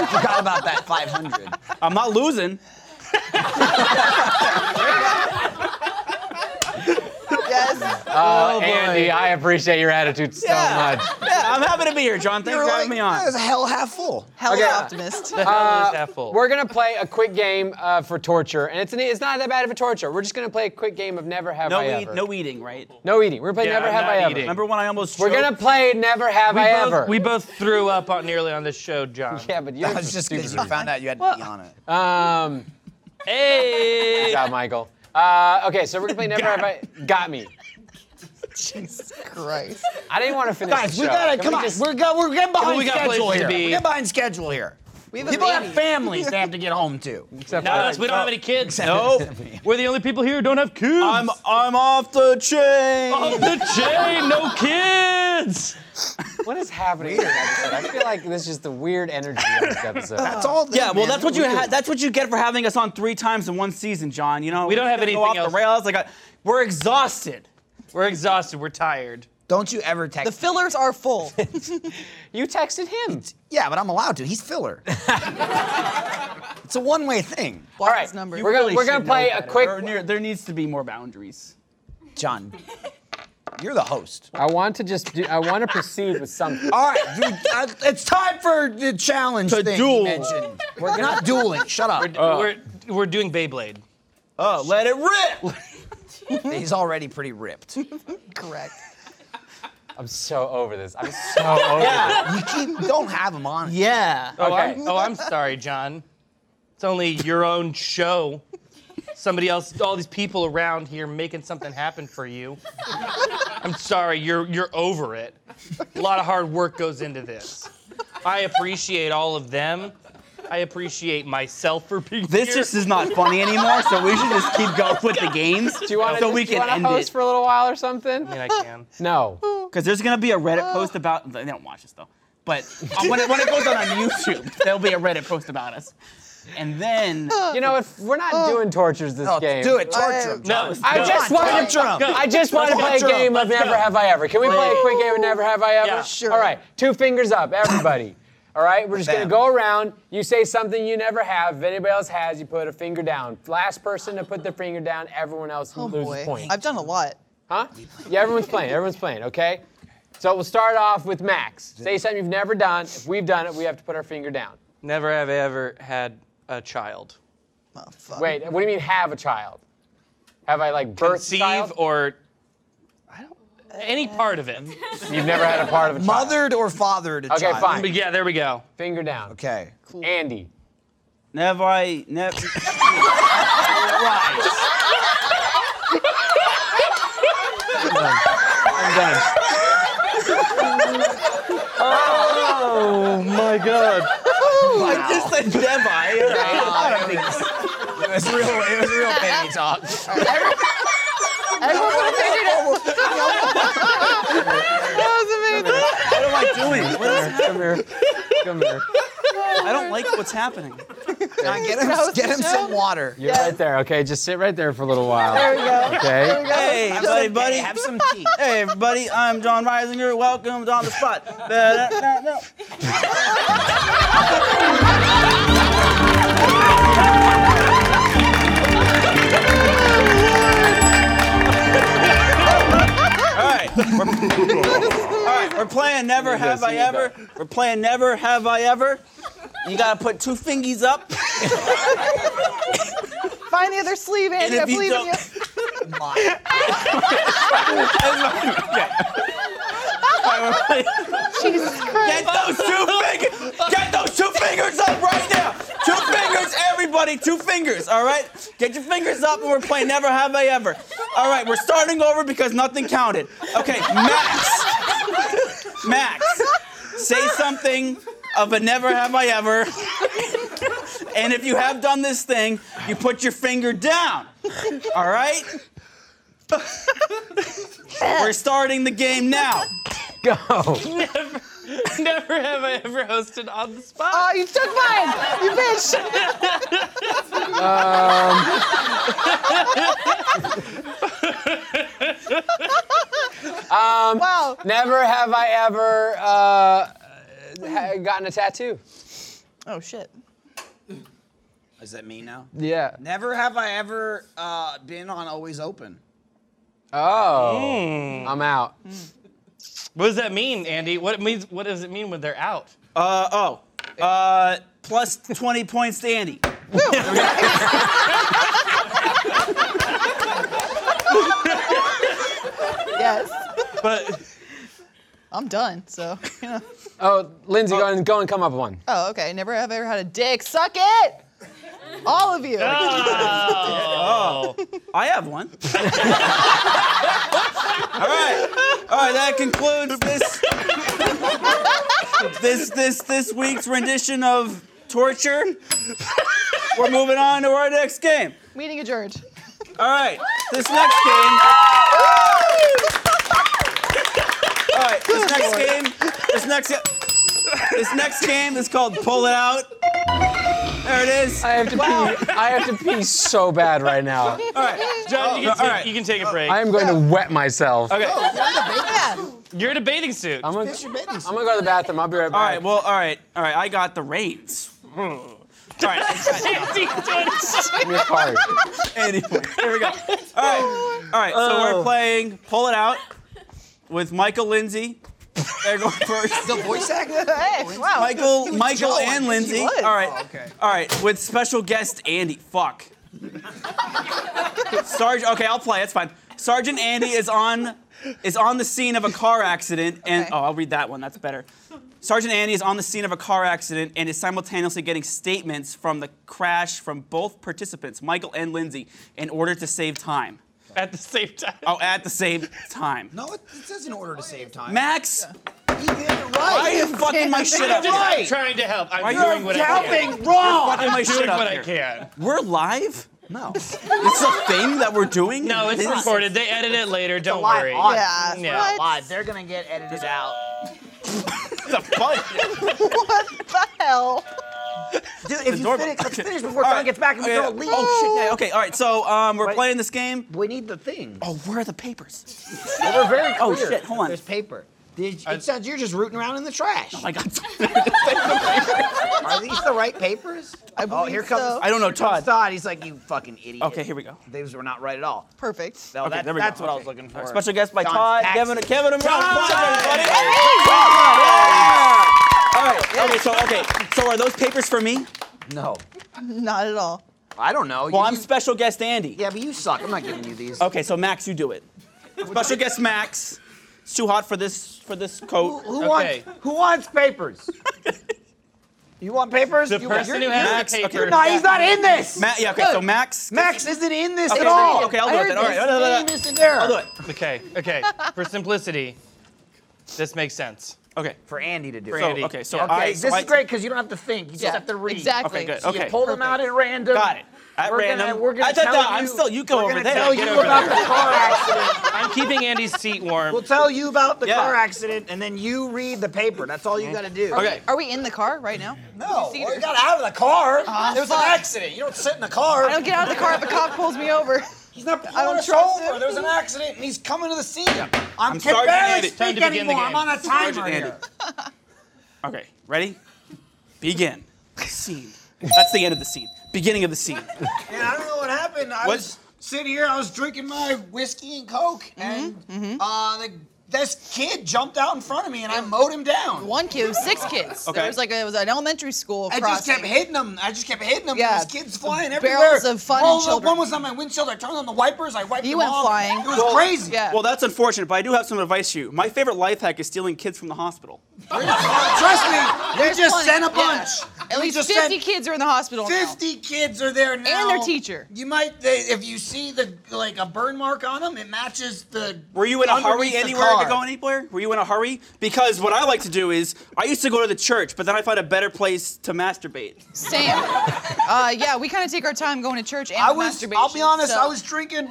forgot about that 500. I'm not losing. yes. Oh, Andy, I appreciate your attitude so Yeah. much. Yeah, I'm happy to be here, John. Thanks You for were having me on. "That is hell half full. Hell Okay. yeah. optimist. half full. Uh, We're gonna play a quick game uh, for torture, and it's an, it's not that bad of a torture. We're just gonna play a quick game of Never Have No, I eat, Ever. no eating, right? No eating. We're gonna play Yeah, Never I'm Have not I Ever. eating. Remember when I almost We're choked? gonna play Never Have I both, Ever. we both threw up on nearly on this show, John. yeah, but you're I was just Uh, stupid. because you found out you had to Well- be on it. Um, Hey! yeah, Michael. Uh, okay, so we're gonna play Never Have I Got Me. Christ. I didn't want to finish. Guys, the we show. gotta Can come we on. just- we're, go, we're getting behind we got schedule places to here. be. We're getting behind schedule here. we have a People have baby. families they have to get home to. except Not for- us, we don't have any kids. Nope. We're the only people here who don't have kids. I'm I'm off the chain. Off the chain, no kids. What is happening in this episode? I feel like this is just the weird energy of this episode. That's all. Yeah, well, man. that's what you We ha- could- that's what you get for having us on three times in one season, John. You know We don't have gonna go anything off else. the rails. Like I, we're exhausted. We're exhausted. We're tired. Don't you ever text? The fillers are full. You texted him. yeah, but I'm allowed to. He's filler. it's a one-way thing. All right, We're gonna- we're gonna should know play a better. quick- There, there- there needs to be more boundaries. John, you're the host. I want to just. Do, I want to proceed with something. All right, you, uh, it's time for the challenge To thing duel. you mentioned. We're not dueling. Shut up. we're we're doing Beyblade. Oh, let it rip. He's already pretty ripped. You Correct. I'm so over this. I'm so over. keep don't have him on. yeah. Oh, Okay. I'm, oh, I'm sorry, John. It's only your own show. Somebody else, all these people around here making something happen for you. I'm sorry, you're you're over it. A lot of hard work goes into this. I appreciate all of them. I appreciate myself for being This here. just is not funny anymore. So we should just keep going with the games. Do you want to so we do you can wanna end host it. for a little while or something? I mean, I can. No. Because there's gonna be a Reddit post about. They don't watch us though. But uh, when, it, when it goes on, on YouTube, there'll be a Reddit post about us. And then You know, if we're not doing tortures this Oh, game. do it. Torture him. John. No, I Come just on, wanted to. torture 'em. I just wanted to play a torture 'em. game of Let's Never go. Have I Ever. Can we play a quick game of Never Have I Ever? Yeah. Sure. All right. Two fingers up, everybody. All right. We're just gonna Bam. go around. You say something you never have. If anybody else has, you put a finger down. Last person to put their finger down, everyone else Oh loses boy. point. I've done a lot. Huh? Yeah, everyone's playing. Everyone's playing, okay? So we'll start off with Max. Say something you've never done. If we've done it, we have to put our finger down. Never have I ever had a child. Oh, fuck. Wait, what do you mean have a child? Have I like birth Conceive child? or I don't any part of it. You've never had a part of a child. Mothered or fathered a Okay, child. fine. But yeah, there we go. Finger down. Okay. Andy. never I never. I'm done. I just eh? said Devi. It was real. It was real baby talk. What am I doing? What is Come here. Come here. I don't like what's happening. Now get him, get him some water. You're right there, okay? Just sit right there for a little while. There we go. Okay? Hey, buddy, buddy. Have some tea. Hey, everybody. I'm John Reisinger. Welcome to On the Spot. Da-da-da-da. All right, we're- all right, we're playing Never Have I Ever. We're playing Never Have I Ever. You gotta put two fingies up. Find the other sleeve, Andy. if I you believe in you. don't- Okay. All right, we're- Jesus Christ. Get those two fingers! Get those two fingers up right now! Two fingers, everybody, two fingers, all right? Get your fingers up and we're playing Never Have I Ever. All right, we're starting over because nothing counted. Okay, Max. Max, say something of a Never Have I Ever. And if you have done this thing, you put your finger down, all right? We're starting the game now. Go. Never have I ever hosted on the spot. Oh, you took mine. You bitch. Um. wow. Never have I ever uh, ha- gotten a tattoo. Oh shit. Is that me now? Yeah. Never have I ever uh, been on Always Open. Oh, I'm out. What does that mean, Andy? What it means? What does it mean when they're out? Uh oh. Uh, plus 20 points to Andy. Yes. But I'm done. So, you know. Oh, Lindsay, go and go and come up with one. Oh, okay. Never have I ever had a dick. Suck it. All of you. Ah. I have one. all right, all right. That concludes this this this this week's rendition of torture. We're moving on to our next game. Meeting adjourned. All right, this next game. All right, this next game. This next this next game is called Pull It Out. There it is. I have to pee. I have to pee so bad right now. All right. John, you, Oh, can take, alright. you can take a break. I am going to wet myself. Okay. Yeah. You're in a bathing suit. I'm gonna, It's your bathing suit. I'm gonna go to the bathroom. I'll be right back. All right. Well. All right. All right. I got the reins. Hmm. All right. Andy, don't- Give me a card. Anyway, here we go. All right. All right. So we're playing Pull It Out with Michael Lindsay. They're going first. The voice actor? Hey, wow. Michael, Michael, Joey. and Lindsay. was. All right. All right. With special guest Andy. Fuck. Sergeant. Okay, I'll play. It's fine. Sergeant Andy is on is on the scene of a car accident and Okay. oh, I'll read that one. That's better. Sergeant Andy is on the scene of a car accident and is simultaneously getting statements from the crash from both participants, Michael and Lindsay, in order to save time. At the same time. Oh, at the same time. No, it, it says in order to save time. Max, He did it why are right. you fucking my shit up? Just Right. trying to help. I'm You're doing what I can. wrong. Fucking my I'm doing shit up what I here. can. We're live? No. it's a thing that we're doing? No, it's This is- recorded. They edit it later. Don't live worry. audio. Yeah. Yeah. What? God, they're gonna get edited out. It's a fun. What the hell? Dude, if you doorbell. finish, let's finish before All John right. gets back and we Okay. don't leave. Oh, shit. Yeah, okay, all right. So um, we're Wait. playing this game. We need the thing. Oh, where are the papers? Well, we're very Oh, clear. shit, hold on. There's paper. Did, it sounds you're just rooting around in the trash. I got Are these the right papers? I oh, here believe comes so. I don't know, Todd. Todd. He's like, you fucking idiot. Okay, here we go. These were not right at all. Perfect. No, Okay, that- there we go. that's what I was Okay. looking for. Special guest by John's Todd. taxes. Kevin, Kevin, and Rob. Applause, everybody. All right. Okay, so okay. So are those papers for me? No, Not at all. I don't know. Well, You- I'm special guest Andy. Yeah, but you suck. I'm not giving you these. Okay, so Max, you do it. Special guest Max. It's too hot for this for this Who, coat. who Okay. wants? Who wants papers? you want papers? The you want- person who you're- has Max, the okay. paper. No, he's not in this. Ma- yeah, okay, so Max. Max isn't in this Okay, at all. okay, I'll do it then. All right, His no, no, no, name no. isn't there. I'll do it. Okay. Okay. For simplicity, this makes sense. Okay. For Andy to do. So, So- Andy. okay, so Yeah. okay, I. this so I- is great because you don't have to think. You just Yeah, have to read. Exactly. Okay, good. You Okay. pull them out at random. Got it. At We're gonna- random. we're gonna I thought tell that- I'm you- still. You go we're over gonna there. Tell Get you over about there. the car accident. I'm keeping Andy's seat We'll warm. tell you about the Yeah. car accident, and then you read the paper. That's all you gotta do. Okay. Are we in the car right now? No, well, you got out of the car. Uh, there was an accident. You don't sit in the car. I don't get out of the car if a cop pulls me over. He's not pulling I don't us trust over. him. There was an accident, and he's coming to the scene. I'm can Sergeant barely Andy. speak Time to begin the anymore. I'm game. on a timer Sergeant Andy. here. Okay. Ready? Begin. Scene. That's the end of the scene. Beginning of the scene. And I don't know what happened. I What- was sitting here. I was drinking my whiskey and coke, Mm-hmm, and uh, the, this kid jumped out in front of me, and I mowed him down. One kid, it was six kids. Okay. There was like a, it was an elementary school I crossing. just kept hitting them. I just kept hitting them. Yeah. These kids flying everywhere. Barrels of fun and Rolled up, children. One was on my windshield. I turned on the wipers. I wiped He them went off. flying. It was Well, crazy. Yeah. Well, that's unfortunate, but I do have some advice for you. My favorite life hack is stealing kids from the hospital. Trust me, they just plenty- sent a yeah. bunch. At We least just 50 sent- kids are in the hospital now. 50 kids are there now. Oh, their teacher. You might, they, if you see the like a burn mark on them, it matches the. Were you in a underneath hurry the anywhere to car. go anywhere? Were you in a hurry? Because what I like to do is I used to go to the church, but then I found a better place to masturbate. Same. uh, yeah, we kind of take our time going to church and I was. masturbation. I'll be honest. so- I was drinking.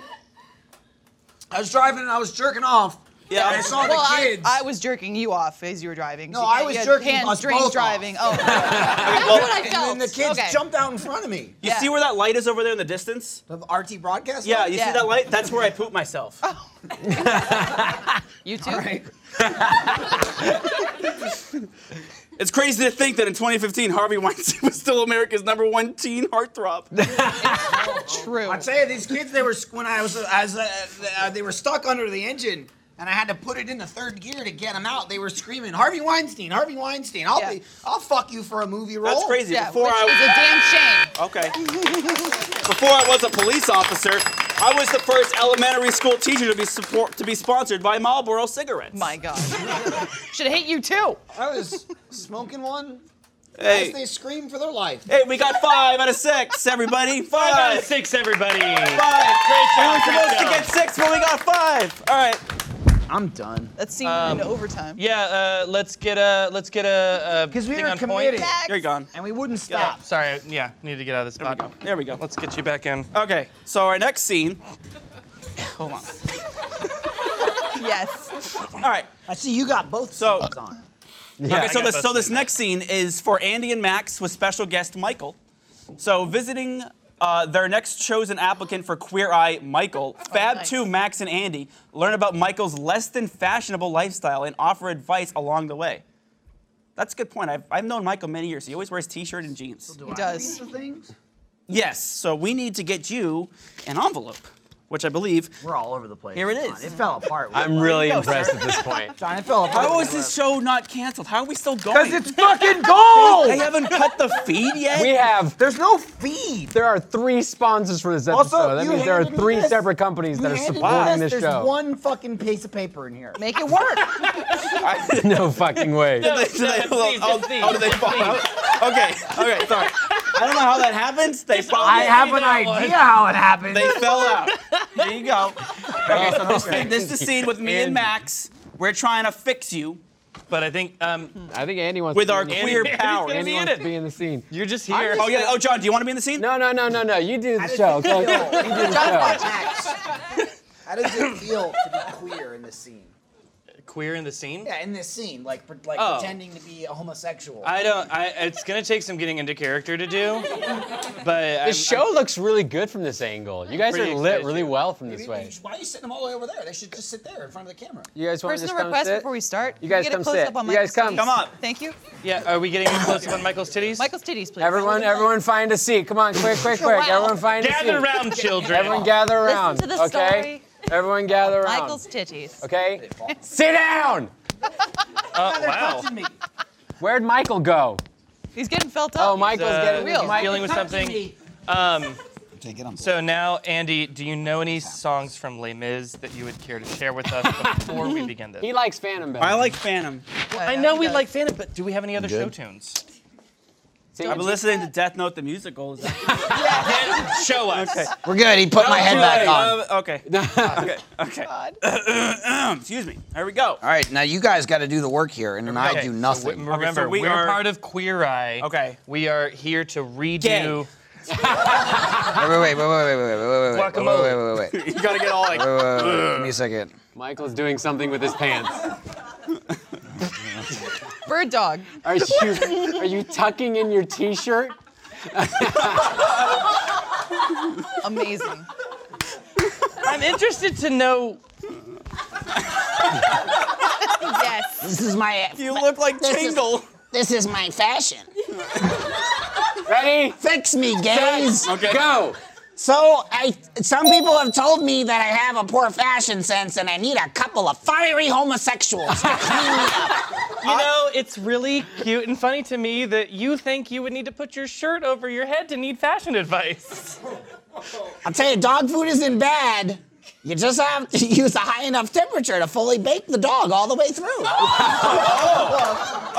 I was driving and I was jerking off. Yeah. and I saw Well, the I, kids. I was jerking you off as you were driving. No, So I you was had jerking hands, us drinks, both off. driving. Oh, that's what I and felt. then the kids okay. jumped out in front of me. You Yeah. see where that light is over there in the distance? The RT broadcast. Yeah, line? you see Yeah. Oh. that light? That's where I poop myself. You too. It's crazy to think that in 2015, Harvey Weinstein was still America's number one teen heartthrob. through. I tell you, these kids, they were when I was, I was uh, uh, they were stuck under the engine, and I had to put it into third gear to get them out. They were screaming, "Harvey Weinstein, Harvey Weinstein! I'll Yeah. be, I'll fuck you for a movie role." That's crazy. yeah, Before which I was is a damn shame. Okay. Before I was a police officer, I was the first elementary school teacher to be support to be sponsored by Marlboro cigarettes. My God. Should hate you too. I was smoking one as Hey, they screamed for their life. hey, we got five out of six, everybody. Five out of Five. six, everybody. Five. We were job, great supposed to job. get six, but we got five. All right. I'm done. That seemed Um, into overtime. Yeah, uh, let's get a let's get a Because we thing were on committed. Point. You're gone. And we wouldn't Yeah, stop. sorry. Yeah, need to get out of this There we go. spot. There we go. Let's. Let's get you back in. Okay. So our next scene. Hold on. Yes. All right. I see you got both So- sides on. okay, so got this both so this next scene is for Andy and Max with special guest Michael. So visiting uh, their next chosen applicant for Queer Eye, Michael. Fab nice. Two, Max and Andy learn about Michael's less than fashionable lifestyle and offer advice along the way. That's a good point. I've, I've known Michael many years. He always wears t-shirt and jeans. He does. Things. Yes. So we need to get you an envelope, which I believe. We're all over the place. Here it Come on, is. It fell apart. I'm really impressed at this point. John, it fell apart. How Oh, is this show not canceled? How are we still going? Because it's fucking gold. they haven't cut the feed yet. We have. There's no feed. There are three sponsors for this episode. Also, that you means there are handed me three this. separate companies that are You handed me supporting this, this, There's show. one fucking piece of paper in here. Make it work. No fucking way. Did they- oh, oh, oh, did they fall out? Okay, okay, sorry. I don't know how that happens. They fall. I have an that idea one. how it happened. They fell out. There you go. Okay, so this, this is the scene with me and Max. We're trying to fix you But I think um, I think Andy wants with to our be in- queer power. Andy wants to be in the scene. you're just here. Oh yeah. Oh John, do you want to be in the scene? No, no, no, no, no. You do the show. okay? You do the show. Max, how does it feel to be queer in this scene? Oh, Queer in the scene. Yeah, in this scene, like pre- like Oh. pretending to be a homosexual. I don't. I, it's gonna take some getting into character to do, but I'm, The show looks really good from this angle. You guys are Pretty lit excited. really well from this Maybe- way. why are you sitting them all the way over there? They should just sit there in front of the camera. You guys want to Personal just come request sit? before we start. You Can guys get a come close sit. Up on You guys Michael's come. titties? Come on. Thank you. yeah. Are we getting close up on Michael's titties? Michael's titties, please. Everyone, everyone, find a seat. Come on, quick, quick, quick. Wow. Everyone, find a seat. Gather around, children. Everyone, gather around. to the okay. story. Everyone, gather around. Michael's titties. Okay. sit down. Oh, wow. Touching me. Where'd Michael go? He's getting felt up. Oh, Michael's uh, getting real. Mike- Dealing with something. Um, Take it on. so now, Andy, do you know any songs from Les Mis that you would care to share with us before we begin this? He likes Phantom Bell. I like Phantom. I know we like Phantom, but do we have any other show tunes? See, I've been listening to Death Note the musical. Is that- show us. Okay. We're good. He put my head back um, on. Uh, okay. okay. Okay. Excuse me. Here we go. All right, now you guys got to do the work here, and then I Okay, do so nothing. w- remember, so we we are are- part of Queer Eye. Okay. We are here to redo. Gay. wait, wait, wait, wait, wait, wait, wait, wait, wait, wait, wait, wait, wait, wait, wait, wait, wait, You gotta get all like. wait, wait, wait. Give me a second. Michael's doing something with his pants. Bird dog. Are you are you tucking in your t-shirt? Amazing. I'm interested to know. yes. This is my You look like Tingle. this is my fashion. Ready? Fix me, gays. Okay. Go. So I, some people have told me that I have a poor fashion sense, and I need a couple of fiery homosexuals. You know, it's really cute and funny to me that you think you would need to put your shirt over your head to need fashion advice. I'll tell you, dog food isn't bad. You just have to use a high enough temperature to fully bake the dog all the way through.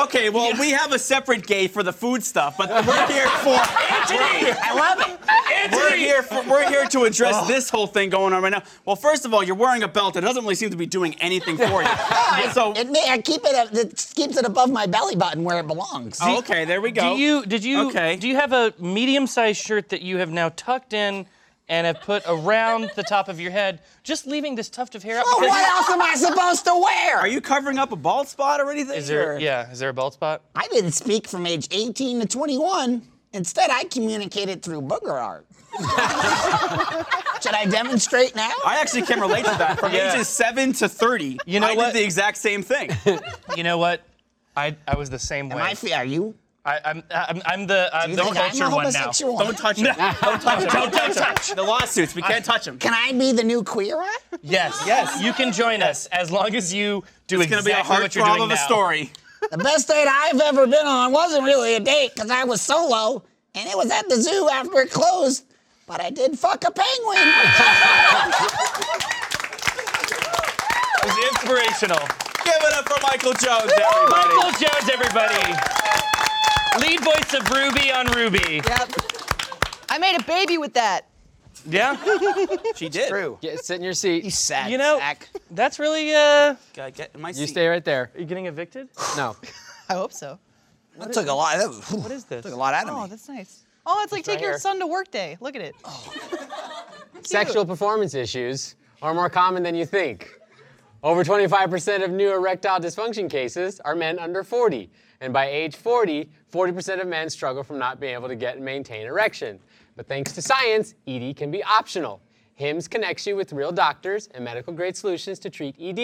Okay, well, we have a separate gay for the food stuff, but we're here for Anthony. I love it. We're here for we're here to address this whole thing going on right now. Well, first of all, you're wearing a belt that doesn't really seem to be doing anything for you. so, It may, I keep it. up- It keeps it above my belly button where it belongs. oh, okay, there we go. Do you? Did you? Okay. Do you have a medium-sized shirt that you have now tucked in? And have put around the top of your head, just leaving this tuft of hair out. Well, because- what else am I supposed to wear? Are you covering up a bald spot or anything? Is there? or- Yeah. Is there a bald spot? I didn't speak from age 18 to 21. Instead, I communicated through booger art. Should I demonstrate now? I actually can relate to that. From ages seven to thirty, You know I what? did the exact same thing. You know what? I I was the same way. Am I fe- are you? I, I'm, uh, I'm, I'm the, I'm you the think I'm a culture one now. homosexual? Don't touch him. Don't touch him. Don't touch him. The lawsuits. We can't touch him. Can I be the new Queera? Yes. Yes. You can join us as long as you do It's gonna exactly be a hard what you're doing problem of a now. story. the best date I've ever been on wasn't really a date because I was solo and it was at the zoo after it closed, but I did fuck a penguin. It's inspirational. Give it up for Michael Jones, everybody. Michael Jones, everybody. Lead voice of Ruby on Ruby. Yep. I made a baby with that. Yeah. She did. True. Get, sit in your seat. You, Sad You know, sack. that's really. Uh, Gotta get in my seat. stay right there. are you getting evicted? No. I hope so. That took a lot. That was, What is this? took a lot out Oh, of me. that's nice. Oh, it's like right take your here. son to work day. Look at it. Sexual performance issues are more common than you think. Over 25% of new erectile dysfunction cases are men under 40. And by age 40, 40% of men struggle from not being able to get and maintain erection. But thanks to science, ED can be optional. HIMS connects you with real doctors and medical grade solutions to treat ED.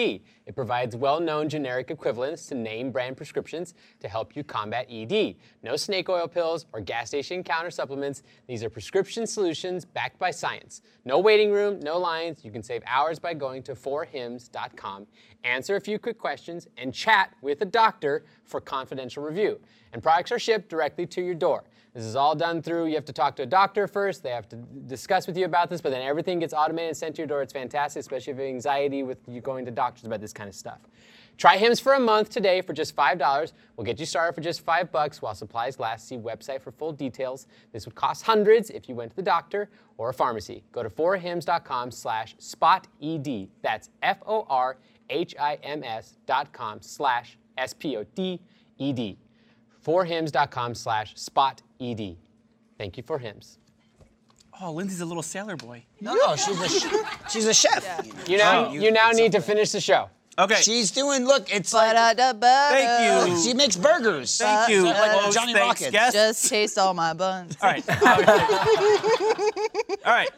It provides well known generic equivalents to name brand prescriptions to help you combat ED. No snake oil pills or gas station counter supplements. These are prescription solutions backed by science. No waiting room, no lines. You can save hours by going to 4hims.com, answer a few quick questions, and chat with a doctor for confidential review. And products are shipped directly to your door. This is all done through, you have to talk to a doctor first. They have to discuss with you about this, but then everything gets automated and sent to your door. It's fantastic, especially if you have anxiety with you going to doctors about this kind of stuff. Try Hims for a month today for just $5. We'll get you started for just 5 bucks while supplies last. See website for full details. This would cost hundreds if you went to the doctor or a pharmacy. Go to forhims.com slash spotED. That's F-O-R-H-I-M-S dot com slash S-P-O-D-E-D. Forhims.com E slash spotED. Thank you for Hims. Oh, Lindsay's a little sailor boy. No, no, she's a sh- she's a chef. You now, Oh. you, now need to finish the show. Okay. She's doing. Look, it's like Thank Thank uh, she you. makes burgers. Thank you. Like Like Johnny Rockets. Guest. Just taste all my buns. All right. All right.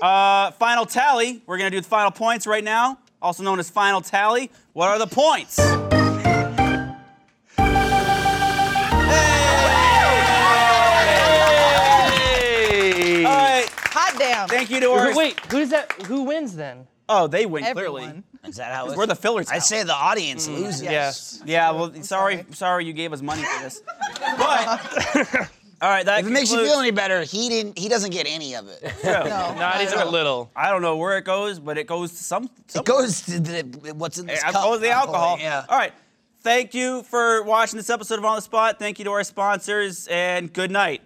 Uh, final tally. We're gonna do the final points right now, also known as final tally. What are the points? Hey! All right. Hot damn. Thank you to our. Wait, who does that? Who wins then? Oh, they win clearly. Everyone. Is that how? It We're the fillers. I out. say the audience loses. Yes. Yeah. Well, sorry, sorry. you gave us money for this. But. All right. That If it makes you concludes- feel any better, he didn't. He doesn't get any of it. No, Not I even don't. a little. I don't know where it goes, but it goes to some. It goes to the what's in this Hey, I'm cup. over the alcohol. Yeah. All right. Thank you for watching this episode of On the Spot. Thank you to our sponsors, and good night.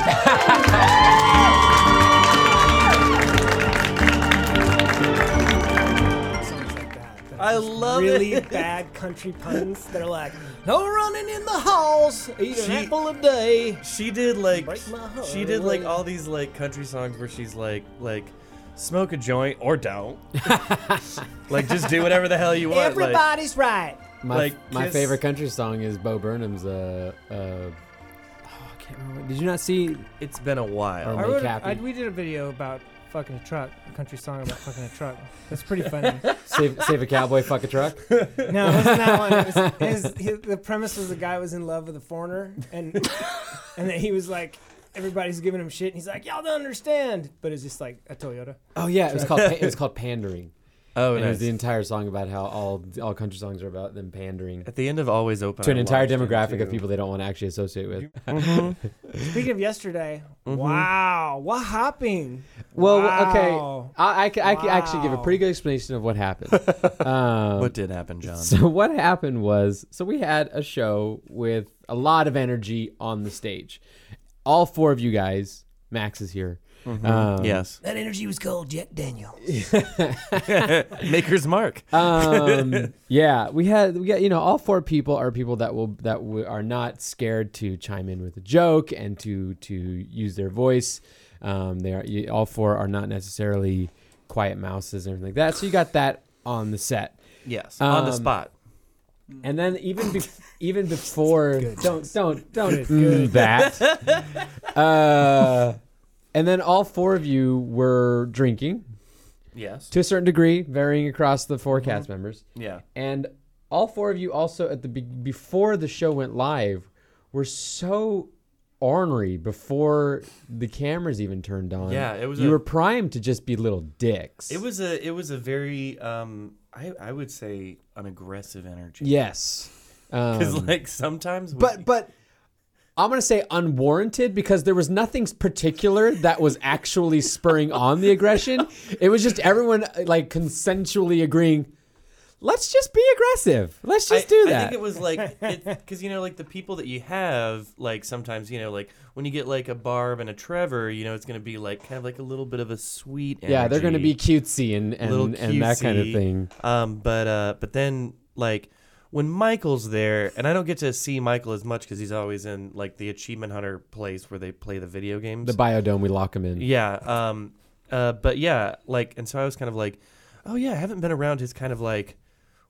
I love really it. bad country puns that are like, no running in the halls, eat an She- apple a day. She did like Break my heart. she did like all these like country songs where she's like like smoke a joint or don't. like just do whatever the hell you want. like- Everybody's right. My, like, my kiss- favorite country song is Bo Burnham's. Uh, uh, oh, I can't remember. Did you not see? It's been a while. Or make happy. we did a video about fucking a truck, a country song about fucking a truck. That's pretty funny. save, save a cowboy, fuck a truck. no, it wasn't that one. It was, his, his, the premise was the guy was in love with a foreigner, and and then he was like, everybody's giving him shit, and he's like, y'all don't understand. But it's just like a Toyota. Uh, Oh yeah, it was called pa- it was called pandering. Oh, And it was nice. the entire song about how all all country songs are about them pandering At the end of Always Open. to an I entire watched it, demographic of too. people they don't want to actually associate with. Speaking of yesterday, wow, what hopping? Well, Wow. okay, I, I, ca- I ca- actually give a pretty good explanation of what happened. um, What did happen, John? So what happened was, so we had a show with a lot of energy on the stage. All four of you guys, Max is here. Um, yes. That energy was called Jack Daniel. Maker's Mark. um, yeah, we had we got you know all four people are people that will that w- are not scared to chime in with a joke and to to use their voice. Um, they are you, all four are not necessarily quiet mouses and everything like that. So you got that on the set, yes. on the um, spot. and then even be- even before don't don't don't mm, that. uh, and then all four of you were drinking Yes. Mm-hmm. to a certain degree, varying across the four cast members. Yeah. And all four of you also at the be- before the show went live were so ornery before the cameras even turned on. Yeah, it was You a- were primed to just be little dicks. It was a it was a very um I I would say an aggressive energy. Yes. Because Um, like sometimes we, but but I'm gonna say unwarranted because there was nothing particular that was actually spurring on the aggression. It was just everyone uh, like consensually agreeing. Let's just be aggressive. Let's just I- do I that. think it was like because you know, like the people that you have, like sometimes you know, like when you get like a Barb and a Trevor, you know, it's gonna be like kind of like a little bit of a sweet. Energy, Yeah, they're gonna be cutesy and- and- little and that kind of cutesy. thing. Um, but uh, but then like when Michael's there, and I don't get to see Michael as much because he's always in like the Achievement Hunter place where they play the video games. the biodome, we lock them in. Yeah. Um. Uh. But yeah. Like, and so I was kind of like, oh yeah, I haven't been around his kind of like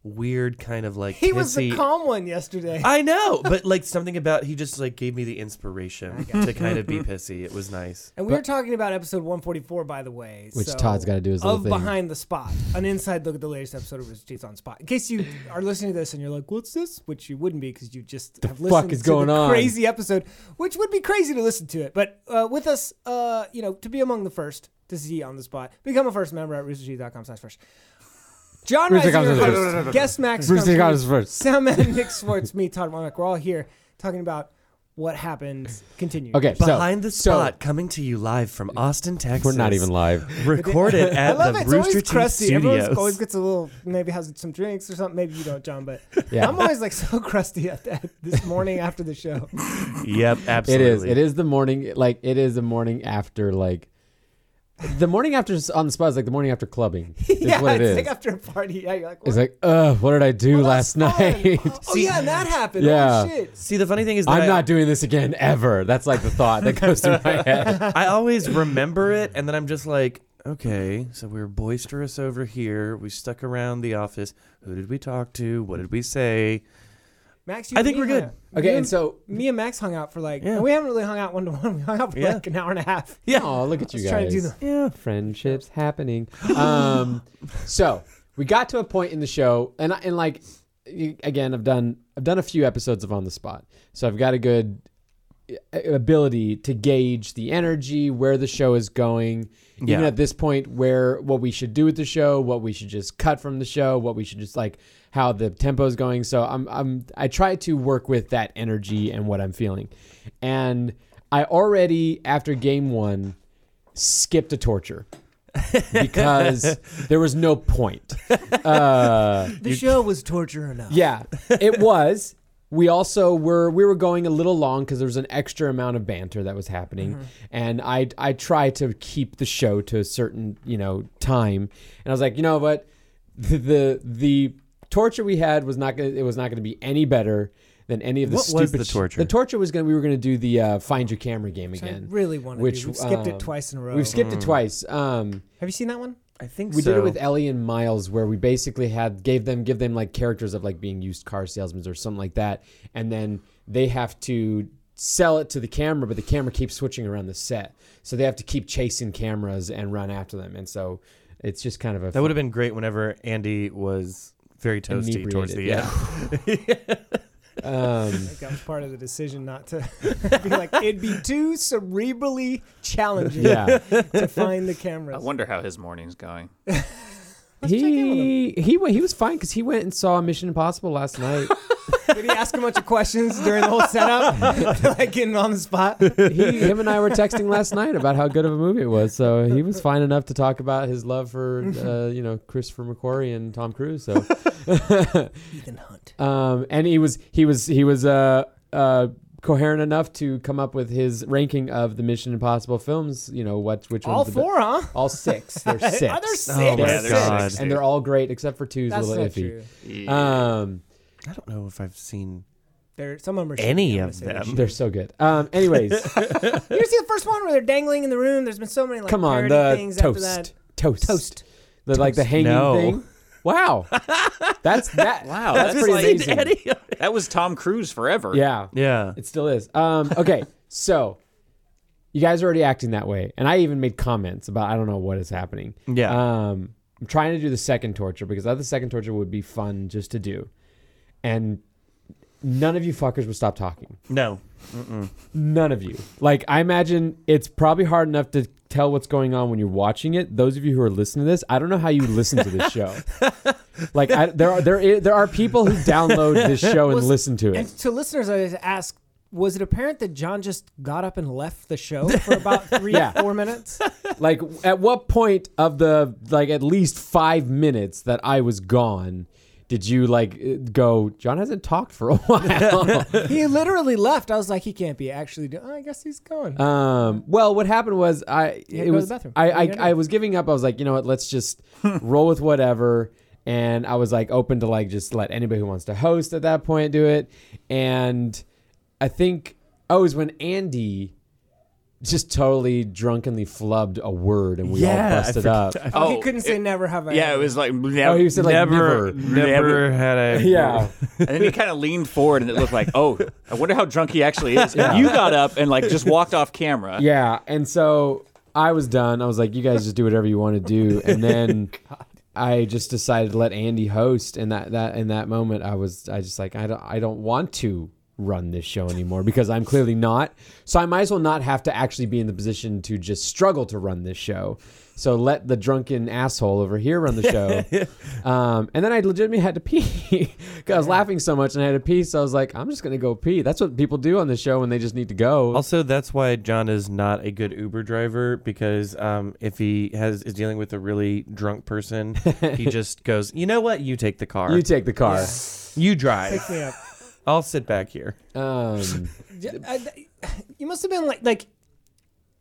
weird kind of like He was the hissy- calm one yesterday. I know, but like something about he just like gave me the inspiration got to you. kind of be pissy. It was nice. And we were talking about episode 144, by the way. Which so- Todd's gotta do his little of thing. Behind the Spot, an inside look at the latest episode of Rooster Teeth on Spot. In case you are listening to this and you're like, "What's this?" which you wouldn't be because you just have listened is to going the on? crazy episode, which would be crazy to listen to it. But uh, with us, uh, you know, to be among the first to see on the spot, become a first member at roosterteeth.com/slash/first. John Rooster Reisinger, comes host, first. guest Max, Rooster comes Comfrey, first. Soundman Nick Schwartz, me Todd Womack. We're all here talking about what happened. Continue. behind the spot, coming to you live from Austin, Texas. We're not even live. Recorded I at love the it. It's always Rooster Teeth crusty. Everyone always Studios. gets a little, maybe has some drinks or something. Maybe you don't, John, but Yeah. I'm always like so crusty at that this morning after the show. Yep, It is. absolutely. It is the morning. Like it is the morning after. Like the morning after s- on the spot is like the morning after clubbing. Is yeah, what it it's is. like after a party. Yeah, you're like, it's like, ugh, what did I do last night? oh yeah, and that happened. Yeah. Holy shit. See, the funny thing is, that I'm I- not doing this again ever. That's like the thought that goes through my head. I always remember it, and then I'm just like, okay, so we were boisterous over here. We stuck around the office. Who did we talk to? What did we say? Max, you I and think me we're hung good. out. Me me and Max hung out for like, and we haven't really hung out one to one. We hung out for Yeah. like an hour and a half. Yeah. Oh, look at you Let's guys. try to do the- yeah. Friendships happening. Um, so we got to a point in the show, and I- and like you- again, I've done I've done a few episodes of on the spot, so I've got a good uh, ability to gauge the energy, where the show is going. Even Yeah. at this point, where what we should do with the show, what we should just cut from the show, what we should just like how the tempo is going. So I'm I'm I try to work with that energy and what I'm feeling, and I already after game one skipped a torture because there was no point. Uh, The show was torture enough. yeah, it was. We also were we were going a little long because there was an extra amount of banter that was happening, Mhm. and I I try to keep the show to a certain you know time, and I was like, you know what, the the, the torture we had was not gonna it was not gonna be any better than any of the What was stupid the sh- torture? the torture was gonna we were gonna do the uh, find your camera game Which I again. um, really wanna do. We've skipped uh, it twice in a row. We've skipped it Mm. twice. Um, Have you seen that one? I think we did it with Ellie and Miles, where we basically had gave them give them like characters of like being used car salesmen or something like that, and then they have to sell it to the camera, but the camera keeps switching around the set, so they have to keep chasing cameras and run after them, and so it's just kind of a That would have been great whenever Andy was very toasty towards the Inebriated, end. I think that was part of the decision not to be like it'd be too cerebrally challenging Yeah. to find the I cameras. wonder how his morning's going. he he went he was fine because he went and saw Mission Impossible last night. Did he ask a bunch of questions during the whole setup? like getting on the spot? he, him and I were texting last night about how good of a movie it was. So he was fine enough to talk about his love for, uh, you know, Christopher McQuarrie and Tom Cruise. So Ethan Hunt. Um, and he was he was he was uh, uh, coherent enough to come up with his ranking of the Mission Impossible films. You know what? Which All one's the be- four, huh? All six. There's Are six. there six? Oh, There's yeah, there's six. six, dude. and they're all great except for two's That's a little not iffy. true. Um, I don't know if I've seen There, some of them are shitty, any I'm gonna of say they're them. They're so good. Um, anyways, You ever see the first one where they're dangling in the room? There's been so many like come on, parody the things toast, after that. toast, toast, the like the hanging No. thing. Wow, that's that. Wow, that's, pretty amazing. That was Tom Cruise forever. Yeah, yeah, it still is. Um, okay, so you guys are already acting that way, and I even made comments about I don't know what is happening. Yeah. um, I'm trying to do the second torture because I thought the second torture would be fun just to do. and none of you fuckers would stop talking. No. None of you. Like, I imagine it's probably hard enough to tell what's going on when you're watching it. Those of you who are listening to this, I don't know how you listen to this show. like, I, there are there i- there are people who download this show and Was- listen to And it. to listeners, I just ask: Was it apparent that John just got up and left the show for about three, Yeah. four minutes? Like, at what point of the like at least five minutes that I was gone? Did you like eh, go? John hasn't talked for a while. he literally left. I was like, he can't be actually. Do- oh, I guess he's going. Um, well, what happened was I Yeah, go it to was the bathroom. I Yeah, I, yeah, yeah. I was giving up. I was like, you know what? Let's just Hmm. roll with whatever. And I was like open to like just let anybody who wants to host at that point do it. And I think oh, it was when Andy just totally drunkenly flubbed a word and we Yeah, I all busted forget- up. I forget- Oh, He couldn't say never have I Yeah, Oh, it ever. was like Oh, he said, like, never, never- never had I- Yeah. and then he kind of leaned forward, and it looked like, oh, I wonder how drunk he actually is. Yeah. You got up and like just walked off camera. Yeah, and so I was done. I was like, you guys just do whatever you want to do, and then I just decided to let Andy host. And that that in that moment, I was I just like I don't I don't want to run this show anymore because I'm clearly not. So I might as well not have to actually be in the position to just struggle to run this show. So let the drunken asshole over here run the show. um, and then I legitimately had to pee because I was laughing so much and I had to pee. So I was like, I'm just going to go pee. That's what people do on the show when they just need to go. Also, that's why John is not a good Uber driver because um, if he has is dealing with a really drunk person, he just goes, "You know what? You take the car. You take the car. Yeah. You drive. Pick me up. I'll sit back here." Um, Yeah, I- th- you must have been like like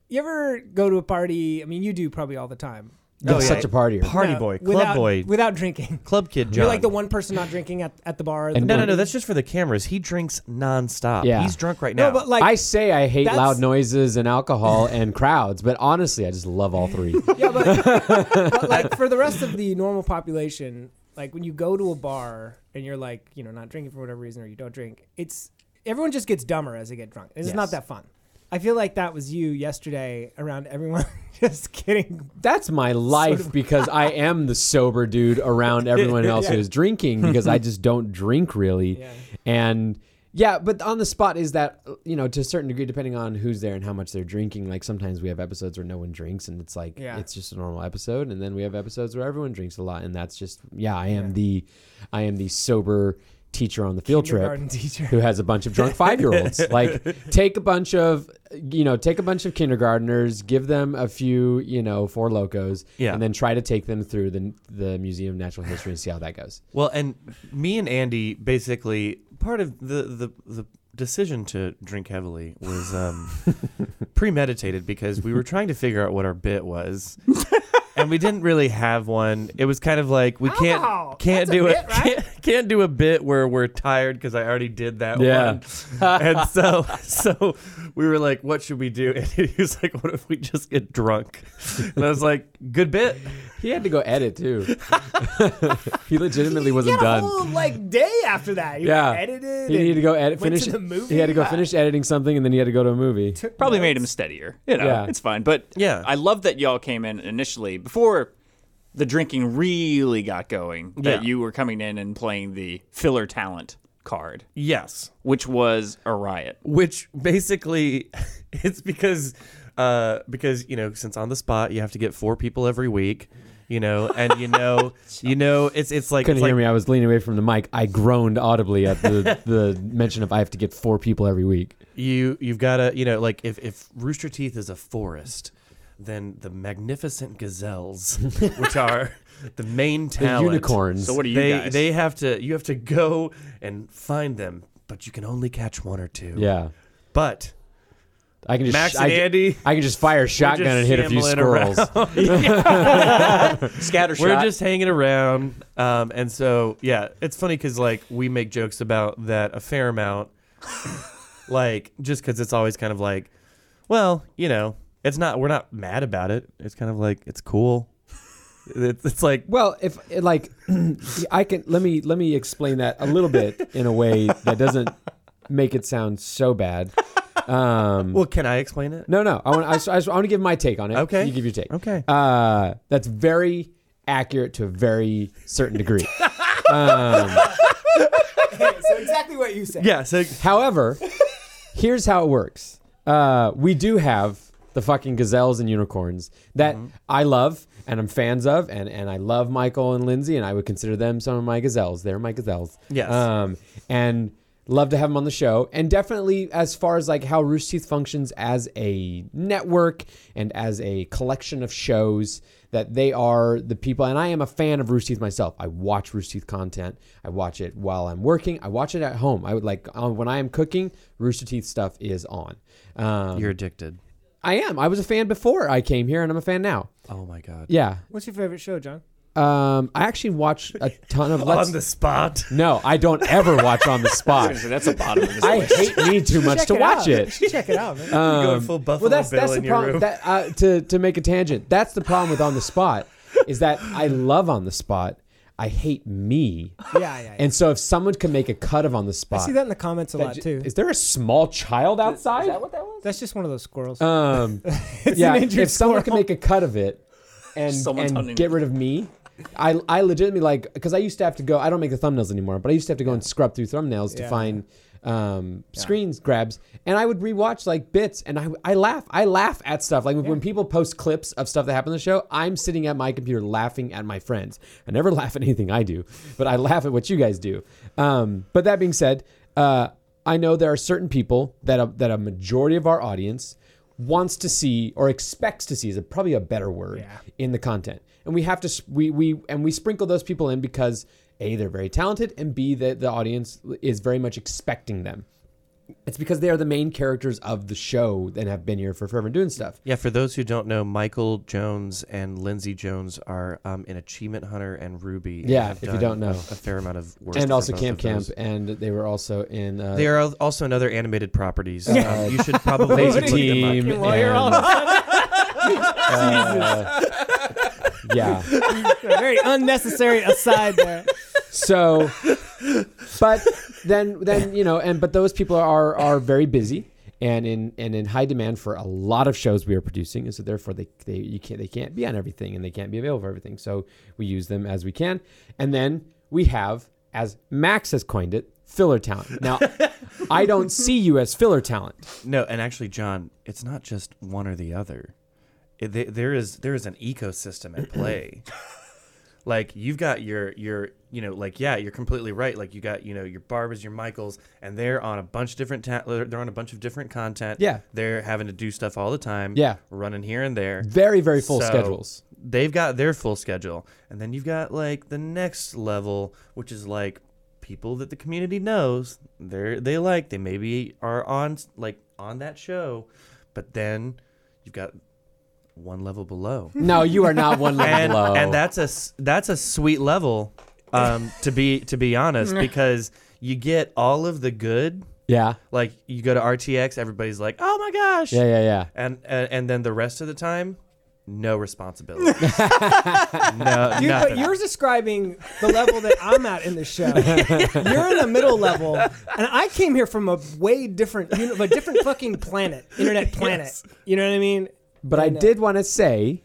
you ever go to a party i mean you do probably all the time You're Oh, yeah. such a partier. Party boy, club without, boy. without drinking Club kid you're John. like the one person not drinking at, at the bar And no, no, no. That's just for the cameras. He drinks nonstop. Yeah. he's drunk right now. No, but, like, I say I hate that's- loud noises and alcohol and crowds, but honestly, I just love all three. but like for the rest of the normal population like when you go to a bar and you're like you know not drinking for whatever reason or you don't drink it's everyone just gets dumber as they get drunk it's Yes. not that fun i feel like that was you yesterday around everyone just getting That's my life because I am the sober dude around everyone else who Yeah. is drinking because I just don't drink really. And yeah, but on the spot is that, you know, to a certain degree, depending on who's there and how much they're drinking, like sometimes we have episodes where no one drinks and it's like, Yeah. it's just a normal episode. And then we have episodes where everyone drinks a lot. And that's just, yeah, I am the, I am the sober teacher on the field trip Kindergarten teacher. who has a bunch of drunk five-year-olds like take a bunch of you know take a bunch of kindergartners give them a few you know four locos Yeah. and then try to take them through the, the museum of natural history and see how that goes Well, and me and Andy basically part of the the, the decision to drink heavily was um, premeditated because we were trying to figure out what our bit was. And we didn't really have one. It was kind of like we can't Alcohol. can't Oh, That's a do bit, right? can't, can't do a bit where we're tired because I already did that Yeah. one. and so so we were like, what should we do? And he was like, what if we just get drunk? And I was like, good bit. he had to go edit too he legitimately He wasn't had done a whole like day after that. He yeah edited. he and needed to go edit went finish to the movie. he had to go finish editing something and then he had to go to a movie probably made him steadier. You know, Yeah. it's fine. But Yeah. I love that y'all came in initially before the drinking really got going. That Yeah. you were coming in and playing the filler talent card, Yes. which was a riot. which basically it's because uh because you know since on the spot you have to get four people every week you know and you know you know it's it's like couldn't it's hear like, me i was leaning away from the mic i groaned audibly at the, the mention of i have to get four people every week you you've got to you know like if if Rooster Teeth is a forest then the magnificent gazelles which are the main talent unicorns. So what do you they guys- they have to you have to go and find them but you can only catch one or two yeah but I can just Max I, and Andy, I can just fire a shotgun and hit a few shambling squirrels. Scatter We're just hanging around, um, and so yeah, it's funny because like we make jokes about that a fair amount, like just because it's always kind of like, well, you know, it's not we're not mad about it. It's kind of like it's cool. It's, it's like Well, if like I can let me let me explain that a little bit in a way that doesn't make it sound so bad. Um, well, can I explain it? no, no, I want I, just- I, just- I want to give my take on it. Okay. you give your take. Okay. uh, that's very accurate to a very certain degree. so exactly what you said. Yeah. So, however, here's how it works. Uh, we do have the fucking gazelles and unicorns that I love and I'm fans of, and and I love Michael and Lindsay, and I would consider them some of my gazelles. They're my gazelles. Yes. Um, and love to have them on the show, and definitely as far as like how Rooster Teeth functions as a network and as a collection of shows. That they are the people, and I am a fan of Rooster Teeth myself. I watch Rooster Teeth content. I watch it while I'm working. I watch it at home. I would like um, when I am cooking. Rooster Teeth stuff is on. Um, You're addicted. I am. I was a fan before I came here, and I'm a fan now. Oh my god. Yeah. What's your favorite show, John? Um, I actually watch a ton of Let's- On the Spot. No, I don't ever watch on the spot. That's a bottom of this I list. hate me too much Check to it watch out. it. Check it out, man. Um, You're going full Buffalo well, that's, Bill that's in the your problem. room. That, uh, to to make a tangent, that's the problem with on the spot is that I love on the spot. I hate me. Yeah, yeah, yeah. And so if someone can make a cut of on the spot, I see that in the comments a that lot ju- too. Is there a small child outside? That's just one of those squirrels. Um, It's yeah, an injured if someone can squirrel. make a cut of it and, Someone's hunting and get rid of me, I, I legitimately like because I used to have to go. I don't make the thumbnails anymore, but I used to have to go and scrub through thumbnails to Yeah. find um, screens grabs, and I would rewatch like bits, and I I laugh. I laugh at stuff like when people post clips of stuff that happened on the show. I'm sitting at my computer laughing at my friends. I never laugh at anything I do, but I laugh at what you guys do. Um, but that being said, uh, I know there are certain people that a, that a majority of our audience wants to see or expects to see is a, probably a better word in the content. And we have to s- we we and we sprinkle those people in because a they're very talented and b that the audience is very much expecting them. It's because they are the main characters of the show and have been here for forever and doing stuff. Yeah, for those who don't know, Michael Jones and Lindsay Jones are um, in Achievement Hunter and Ruby. and Yeah, have if you done don't know, a, a fair amount of work, and for also both Camp of those. Camp, and they were also in. Uh, They are al- also in other animated properties. Yeah. Um, you should probably Lazy look them up. Team Fucking lawyer and- uh, all of a Jesus. uh, yeah. Very unnecessary aside there. Uh, So, but then then you know, and but those people are are very busy and in and in high demand for a lot of shows we are producing, and so therefore they they you can't they can't be on everything and they can't be available for everything. So we use them as we can, and then we have as Max has coined it. Filler talent. Now, I don't see you as filler talent. No, and actually, John, it's not just one or the other. It, there- there is there is an ecosystem at play. like you've got your your you know like yeah you're completely right like you got you know your barbers your michaels and they're on a bunch of different ta- they're they're on a bunch of different content Yeah. they're having to do stuff all the time Yeah. running here and there Very, very full schedules. they've got their full schedule and then you've got like the next level which is like people that the community knows they're they like they maybe are on like on that show but then you've got one level below No, you are not one level and, below. and that's a s- that's a sweet level um to be to be honest because you get all of the good Yeah. like you go to rtx everybody's like oh my gosh Yeah, yeah, yeah. and and, and then the rest of the time no responsibility no You, but nothing. you're describing the level that I'm at in the show. You're in the middle level, and I came here from a way different, you know, a different fucking planet, internet planet. Yes. You know what I mean? But I And, uh, did want to say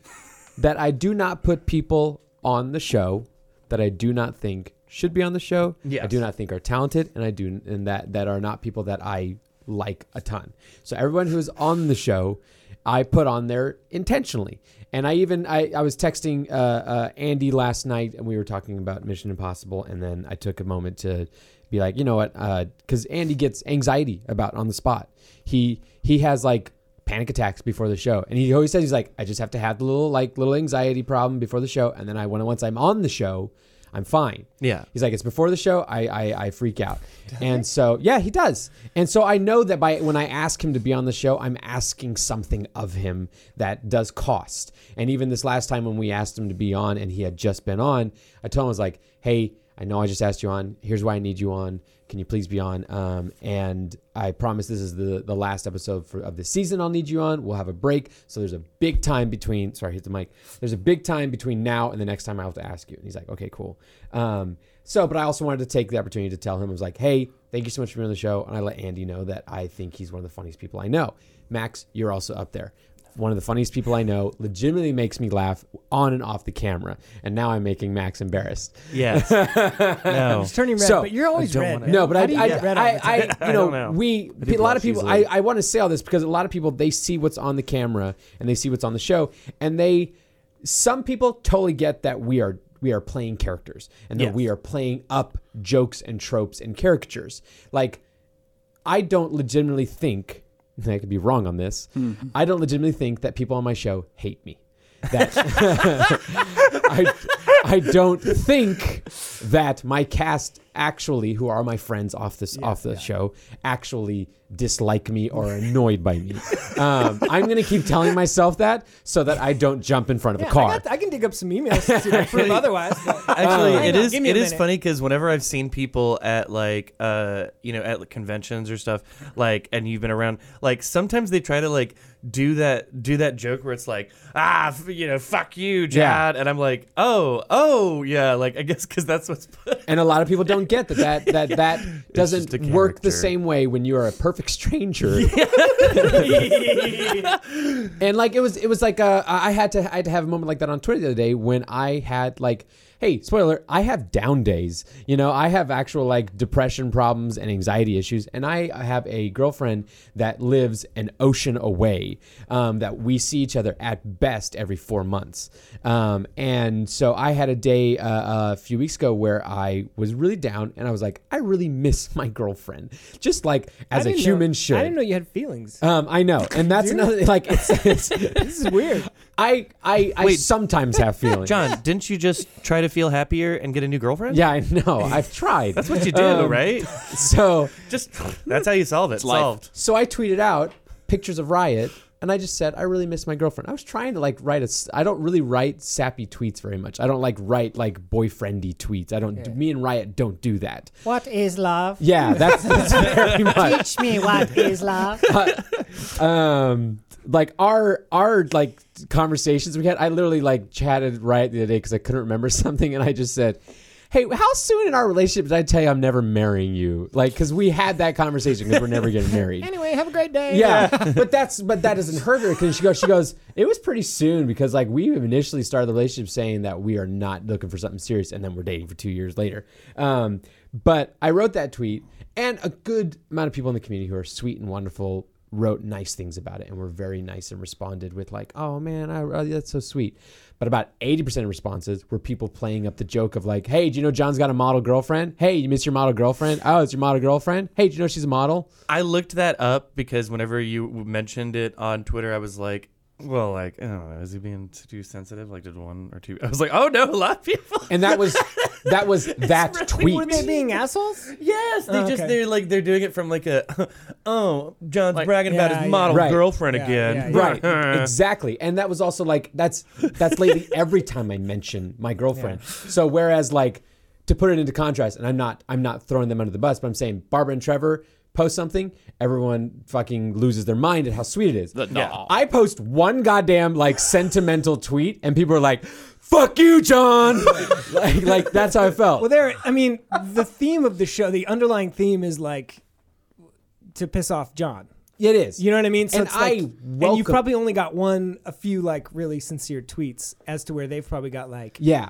that I do not put people on the show that I do not think should be on the show. I Yes. do not think are talented, and I do and that that are not people that I like a ton. So everyone who is on the show, I put on there intentionally. And I even I, I was texting uh, uh, Andy last night, and we were talking about Mission Impossible, and then I took a moment to be like, you know what? Because Andy gets anxiety about on the spot. He he has like panic attacks before the show. And he always says he's like, I just have to have the little like little anxiety problem before the show, and then I want to once I'm on the show, I'm fine. Yeah. He's like, it's before the show, I I, I freak out. and so yeah, he does. And so I know that by when I ask him to be on the show, I'm asking something of him that does cost. And even this last time when we asked him to be on and he had just been on, I told him I was like, hey, I know I just asked you on. Here's why I need you on. Can you please be on? Um, and I promise this is the the last episode for, of the season. I'll need you on. We'll have a break. So there's a big time between. Sorry, hit the mic. There's a big time between now and the next time I have to ask you. And he's like, okay, cool. Um, so, but I also wanted to take the opportunity to tell him I was like, hey, thank you so much for being on the show, and I let Andy know that I think he's one of the funniest people I know. Max, you're also up there. one of the funniest people I know, legitimately makes me laugh on and off the camera. And now I'm making Max embarrassed. Yes. No. He's turning red, but you're always I don't red, wanna- man. Oh. No, but How I, do you I, get red all the I, time? I- I you know, don't know. we, I a do lot of blush people, I, easily. I want to say all this because a lot of people, they see what's on the camera and they see what's on the show and they, some people totally get that we are, we are playing characters and that Yes. we are playing up jokes and tropes and caricatures. Like, I don't legitimately think, and I could be wrong on this, I don't legitimately think that people on my show hate me. That I, I don't think that my cast actually, who are my friends off this off the show, actually dislike me or are annoyed by me. Um, I'm gonna keep telling myself that so that I don't jump in front of Yeah, a car. I, got- I can dig up some emails to prove otherwise. but- Actually, Hang it on, is give me a it is minute. funny because whenever I've seen people at like uh you know at like, conventions or stuff like and you've been around like sometimes they try to like do that do that joke where it's like ah f- you know fuck you Yeah. Jad and I'm like oh oh yeah like I guess because that's what's and a lot of people don't get that that that, that just a doesn't work the character. same way when you are a perfect stranger. and like it was it was like uh, I had to I had to have a moment like that on Twitter the other day when I had like hey spoiler I have down days you know I have actual like depression problems and anxiety issues and I have a girlfriend that lives an ocean away um, that we see each other at best every four months um, and so I had a day uh, a few weeks ago where I was really down and I was like I really miss my girlfriend just like I as a didn't know- human should I didn't know you had feelings. um, I know, and that's Dude. another like it's, it's, This is weird. I I, I Wait. sometimes have feelings. John didn't you just try to feel happier and get a new girlfriend Yeah, I know. I've tried. that's what you do Um, right So just that's how you solve it life. solved So I tweeted out pictures of Riot, and I just said I really miss my girlfriend. I was trying to like write a. s- I don't really write sappy tweets very much. I don't like write like boyfriendy tweets. I don't. Me and Riot don't do that. What is love? Yeah, that's, that's very much. Teach me what is love. um like our our like conversations we had i literally like chatted right the other day because i couldn't remember something and i just said hey how soon in our relationship did i tell you i'm never marrying you like because we had that conversation because we're never getting married Anyway, have a great day. yeah but that's but that doesn't hurt her because she goes she goes it was pretty soon because like we initially started the relationship saying that we are not looking for something serious and then we're dating for two years later um but i wrote that tweet and a good amount of people in the community who are sweet and wonderful wrote nice things about it and were very nice and responded with like oh man I, oh, that's so sweet but about 80% of responses were people playing up the joke of like hey do you know john's got a model girlfriend hey you miss your model girlfriend oh it's your model girlfriend hey do you know she's a model I looked that up because whenever you mentioned it on Twitter, I was like, well, like, I don't know, is he being too sensitive? Like, did one or two? I was like, oh no, a lot of people. and that was that was that tweet Were they being assholes? Yes, they Oh, just okay. they're like they're doing it from like a, oh, John's bragging about Yeah, his yeah. model Right. girlfriend Yeah, again, yeah, Right, exactly, and that was also like that's that's lately every time I mention my girlfriend. So whereas like to put it into contrast, and I'm not I'm not throwing them under the bus, but I'm saying Barbara and Trevor post something, everyone fucking loses their mind at how sweet it is. no. I post one goddamn like sentimental tweet, and people are like, "Fuck you, John," like like that's how I felt. Well, there. I mean, the theme of the show, the underlying theme is like to piss off John. It is. You know what I mean? And it's I like- and welcome- you probably only got one, a few like really sincere tweets as to where they've probably got like Yeah.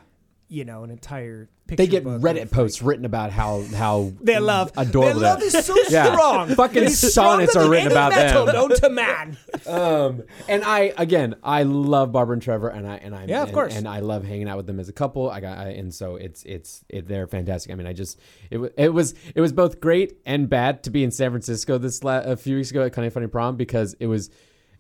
you know, an entire picture. They get book Reddit posts written about how how Their love. adorable Their love they are. is so Yeah. strong. Fucking It is stronger sonnets are than written any about metal them. known to man. um, and I again, I love Barbara and Trevor, and I and I Yeah, of and, course. and I love hanging out with them as a couple. I got I, and so it's it's it, they're fantastic. I mean, I just it wa- it was it was both great and bad to be in San Francisco this la- a few weeks ago at Kind of Funny Prom because it was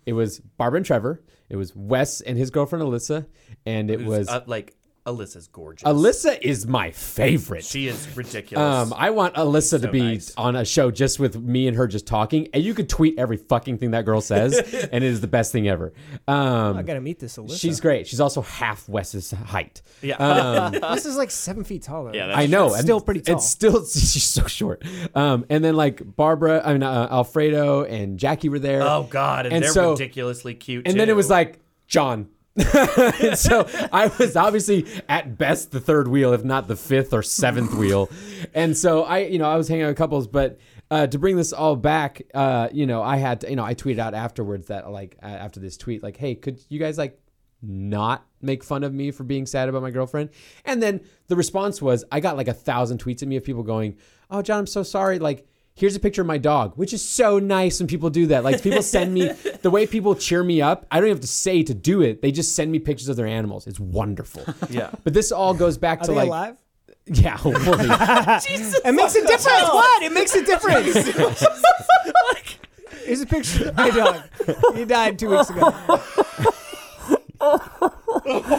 it was Barbara and Trevor, it was Wes and his girlfriend Alyssa, and it was Uh, like Alyssa's gorgeous. Alyssa is my favorite. She is ridiculous. Um, I want Alyssa to So be nice. on a show just with me and her just talking, and you could tweet every fucking thing that girl says, and it is the best thing ever. Um, I gotta meet this Alyssa. She's great. She's also half Wes's height. Yeah. Um, this is like seven feet taller. Yeah, that's I know. It's and still pretty tall. It's still she's so short. Um, and then like Barbara, I mean uh, Alfredo and Jackie were there. oh god, and, And they're so- ridiculously cute. And then it too. was like John. And so I was obviously at best the third wheel, if not the fifth or seventh wheel. And so I, you know, I was hanging out with couples, but uh, to bring this all back, uh, you know, I had to, you know, I tweeted out afterwards that like uh, after this tweet, like, hey, could you guys like not make fun of me for being sad about my girlfriend? And then the response was, I got like a thousand tweets at me of people going, oh, John, I'm so sorry, like. Here's a picture of my dog, which is so nice when people do that. Like people send me the way people cheer me up. I don't even have to say to do it. They just send me pictures of their animals. It's wonderful. Yeah. But this all goes back Are to they like alive? yeah, hopefully. it makes a difference. What? It makes a difference. Here's a picture of my dog. He died two weeks ago.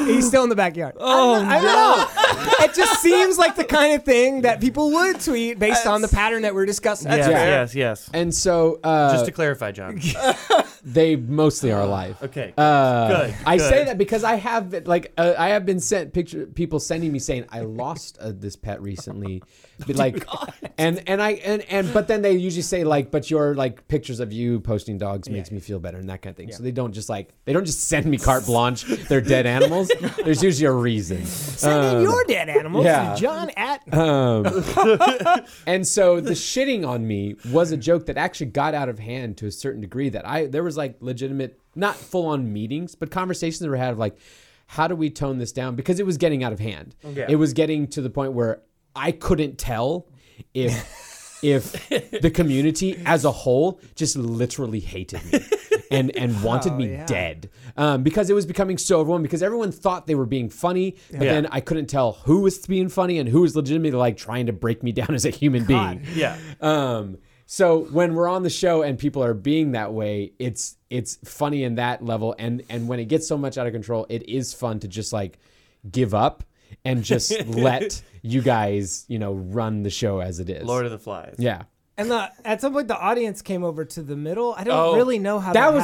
He's still in the backyard. Oh, I don't know. It just seems like the kind of thing that people would tweet based on the pattern that we're discussing. Yes, yes, yes. And so, uh, Just to clarify, John. they mostly are alive. Okay, good, Uh, good, I good. say that because I have been- like uh, I have been sent picture people sending me saying I lost uh, this pet recently, but like, and and I and and but then they usually say like, but your like pictures of you posting dogs makes me feel better and that kind of thing. So they don't just like they don't just send me carte blanche their dead animals. There's usually a reason. Send in Um, your dead animals yeah. to John at. um, and so the shitting on me was a joke that actually got out of hand to a certain degree. That I there was like legitimate, not full on meetings, but conversations that were had of like, how do we tone this down? Because it was getting out of hand. Okay. It was getting to the point where I couldn't tell if if the community as a whole just literally hated me. And, and wanted Oh, me yeah. dead um, because it was becoming so overwhelming because everyone thought they were being funny but Yeah. then I couldn't tell who was being funny and who was legitimately like trying to break me down as a human being. Yeah. Um, so when we're on the show and people are being that way, it's it's funny in that level, and and when it gets so much out of control, it is fun to just like give up and just let you guys you know run the show as it is. Lord of the Flies. Yeah. And the, at some point, the audience came over to the middle. I don't Oh. really know how that, That was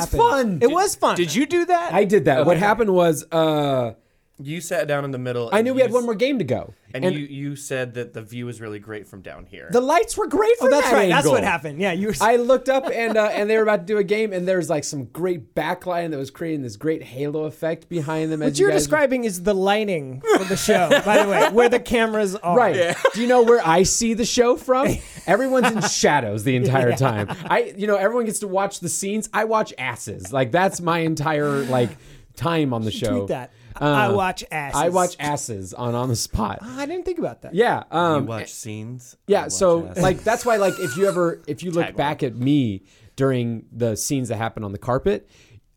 fun. happened. It was fun. Did you do that? I did that. What Okay. happened was uh, You sat down in the middle. I and knew we you had s- one more game to go, And, you, you said that the view is really great from down here. The lights were great Oh, for that's that right. That's angle. what happened. Yeah, you were. I looked up and uh, and they were about to do a game, and there was like some great backlighting that was creating this great halo effect behind them. as What you're you guys describing is the lighting for the show, by the way, where the cameras are. Right. Do you know where I see the show from? Everyone's in shadows the entire Yeah. time. I, you know, everyone gets to watch the scenes. I watch asses. Like that's my entire like time on the show. Uh, tweet that. I watch I asses. watch asses on on the spot. I didn't think about that. Yeah. Um, you watch scenes. yeah. So like that's why like if you ever if you look back at me during the scenes that happen on the carpet,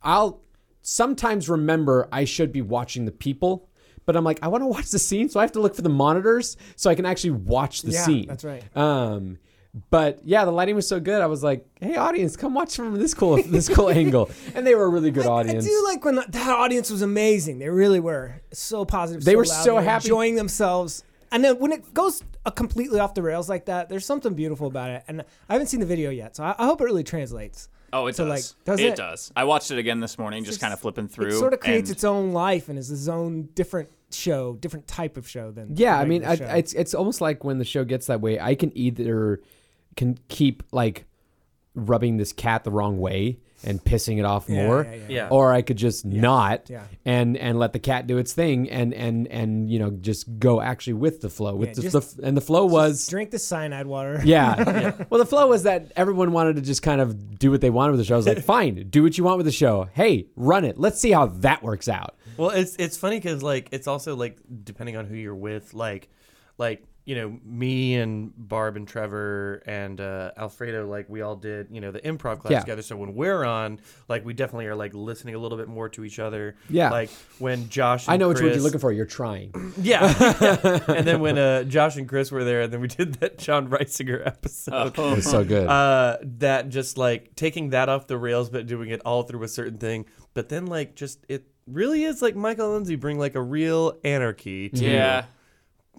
I'll sometimes remember I should be watching the people. But I'm like, I want to watch the scene, so I have to look for the monitors so I can actually watch the Yeah, scene. that's right. Um, but yeah, the lighting was so good. I was like, "Hey, audience, come watch from this cool this cool angle." And they were a really good I audience. do like when the, that audience was amazing. They really were so positive. They were loud. so They happy. enjoying themselves. And then when it goes uh, completely off the rails like that, there's something beautiful about it. And I haven't seen the video yet, so I, I hope it really translates. Oh, it So, like, does. does it, it? does. I watched it again this morning, just, kind of flipping through. It sort of creates and- its own life and is its own different show, different type of show than Yeah, the I mean, I, regular show. it's it's almost like when the show gets that way, I can either can keep like rubbing this cat the wrong way and pissing it off Yeah, more, yeah, yeah, yeah. or I could just not yeah. and and let the cat do its thing and and and you know just go actually with the flow with Yeah, the, just- the and the flow was drink the cyanide water. yeah. Well, the flow was that everyone wanted to just kind of do what they wanted with the show. I was like, fine, do what you want with the show. Hey, run it. Let's see how that works out. Well, it's it's funny because like it's also like depending on who you're with, like like you know me and Barb and Trevor and uh, Alfredo, like we all did you know the improv class Yeah. together. So when we're on, like we definitely are like listening a little bit more to each other. Yeah. Like when Josh, I and know which word Chris- you're looking for. You're trying. Yeah. yeah. And then when uh, Josh and Chris were there, and then we did that John Reisinger episode. Oh. It was so good. Uh, that just like taking that off the rails, but doing it all through a certain thing. But then like just it really is like Michael Lindsay bring like a real anarchy to Yeah.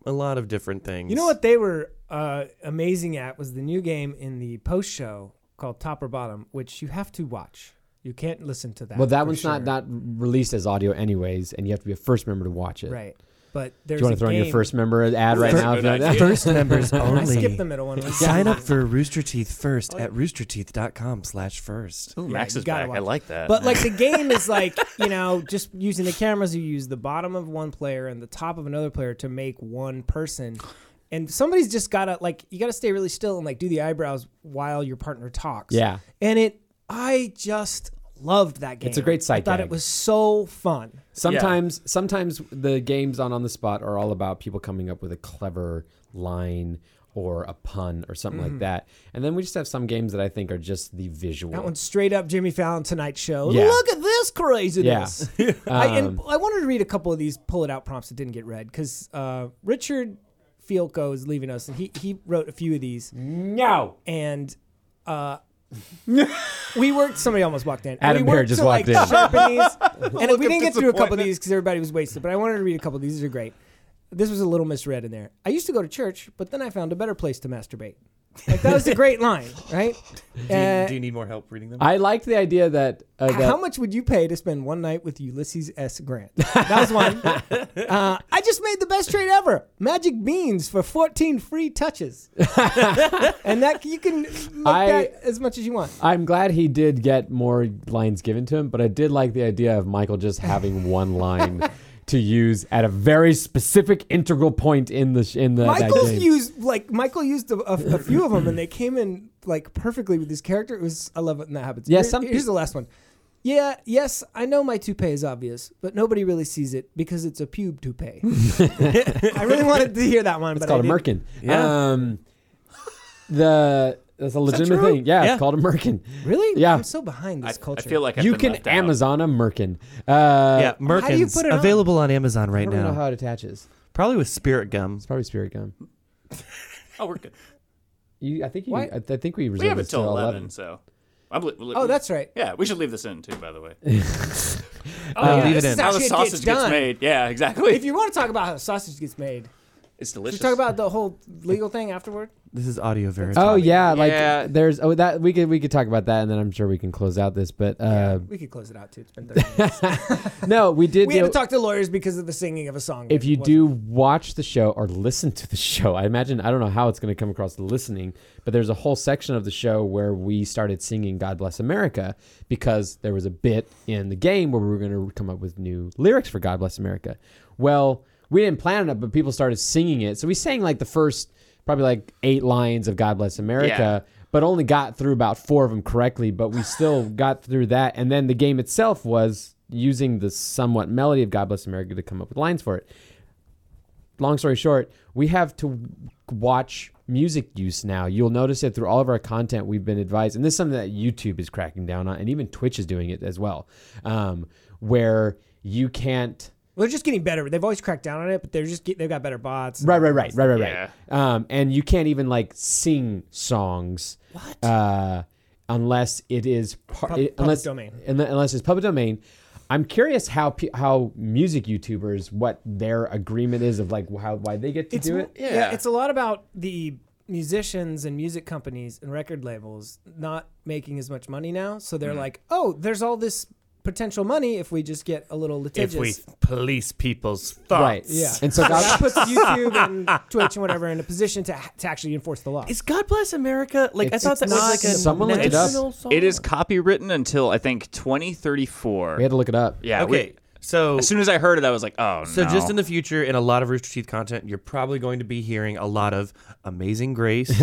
a lot of different things. You know what they were uh, amazing at was the new game in the post show called Top or Bottom, which you have to watch. You can't listen to that. well, that for one's sure. not not released as audio, anyways, and you have to be a first member to watch it. right. But Do there's you want a to throw in your game- first member ad right First- now? if you want that? First members only. I skipped the middle one. Sign up for Rooster Teeth first at roosterteeth.com slash first. Ooh, Yeah, Max you is back. gotta I watch it. like that. But like the game is like you know just using the cameras. You use the bottom of one player and the top of another player to make one person, and somebody's just gotta like you gotta stay really still and like do the eyebrows while your partner talks. Yeah. and it I just loved that game. It's a great I sight thought gag. it was so fun. Sometimes, sometimes the games on on the spot are all about people coming up with a clever line or a pun or something Mhm. like that, and then we just have some games that I think are just the visual. That one's straight up Jimmy Fallon Tonight Show. Yeah. Look at this craziness. Yeah. I, and Um, I wanted to read a couple of these pull it out prompts that didn't get read because uh, Richard Fielko is leaving us and he, he wrote a few of these. No. And uh, we worked, somebody almost walked in. Adam we worked Bear just to, walked like, in. Sharpen these. and Look we of didn't get through a couple of disappointment. these because everybody was wasted, but I wanted to read a couple of these. These are great. This was a little misread in there. I used to go to church, but then I found a better place to masturbate. Like, that was a great line, right? Do you, Uh, do you need more help reading them? I uh, liked the idea that, uh, that how much would you pay to spend one night with Ulysses S. Grant? That was one. uh, I just made the best trade ever: magic beans for 14 free touches, and that you can make I- that as much as you want. I'm glad he did get more lines given to him, but I did like the idea of Michael just having one line to use at a very specific integral point in the sh- in the that Michael's game. used like Michael used a, a, a few of them, and they came in like perfectly with his character. It was I love it when that happens. Yeah, Here- some here's the last one. Yeah, yes, I know my toupee is obvious, but nobody really sees it because it's a pube toupee. I really wanted to hear that one, It's but called I a merkin. didn't. Um, the that's a Is that legitimate true? thing. Yeah, Yeah. it's called a merkin. Really? Yeah. I'm so behind this culture. you can Amazon a merkin. Uh, yeah, Merkins how do you put it on? available on, Amazon I right don't now. know how it attaches. probably with spirit gum. It's probably spirit gum. Oh, we're good. You, I think you, What? I, I think we reserved We have this until till 11, 11. so. I'm li- li- Oh, that's right. Yeah, we should leave this in too, by the way. oh, Uh, yeah, leave it this in. is how This the is how shit sausage gets gets, done. made. Yeah, exactly. If you want to talk about how sausage gets made, it's should we delicious. talk about the whole legal thing afterward? This is audio variant. Oh yeah, like Yeah. there's oh that we could we could talk about that and then I'm sure we can close out this. But uh, We could close it out too. It's been 30 minutes. no, we did. We had do- to talk to lawyers because of the singing of a song. if you It do watch the show or listen to the show, I imagine I don't know how it's going to come across listening, but there's a whole section of the show where we started singing "God Bless America" because there was a bit in the game where we were going to come up with new lyrics for "God Bless America." Well, we didn't plan it, but people started singing it, so we sang like the first probably like eight lines of "God Bless America." But only got through about four of them correctly, but we still got through that. And then the game itself was using the somewhat melody of God Bless America to come up with lines for it long story short, we have to watch music use now. You'll notice it through all of our content. We've been advised, and this is something that YouTube is cracking down on, and even Twitch is doing it as well, um, where you can't. Well, they're just getting better. They've always cracked down on it, but they're just get, they've got better bots. Right, right, right, right, right, right. Um, and you can't even like sing songs. Uh, unless it is par- Pub- it- public unless domain. unle- unless it's public domain. I'm curious how pe- how music YouTubers what their agreement is of like how why they get to It's do mo- it. Yeah. it's a lot about the musicians and music companies and record labels not making as much money now. So they're Mm-hmm. Mhm. like, oh, there's all this potential money if we just get a little litigious. If we police people's thoughts, Right, Yeah. And so God- that puts YouTube and Twitch and whatever in a position to, to actually enforce the law. Is God bless America? Like It's- it's not- someone looked it up. It is copywritten until, I think, 2034. We had to look it up. Yeah. Okay, we- so- As soon as I heard it, I was like, oh, So no. just in the future, in a lot of Rooster Teeth content, you're probably going to be hearing a lot of Amazing Grace,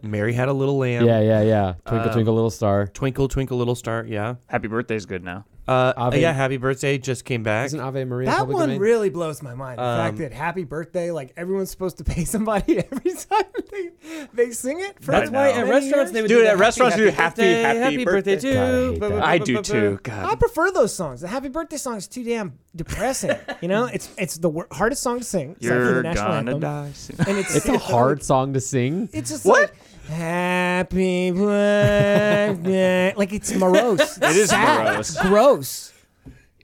Mary Had a Little Lamb. Yeah, yeah, yeah. Twinkle, um, twinkle, little star. Twinkle Twinkle Little Star. Yeah. Happy Birthday's good now. Uh, Ave- yeah, Happy Birthday just came back. Isn't Ave Maria that one really blows my mind. The fact Um, that happy birthday, like everyone's supposed to pay somebody every time they, they sing it. For That's how why at many restaurants years? they would do the happy, happy birthday, happy birthday to you, God, blah, I blah, do blah, blah, too. blah. I prefer those songs. The happy birthday song is too damn depressing. you know, it's it's the wor- hardest song to sing. aside from the You're national gonna anthem. die soon. And it's, It's a hard song to sing. It's just what? like happy birthday. like it's morose. It is Sad. morose. It's gross.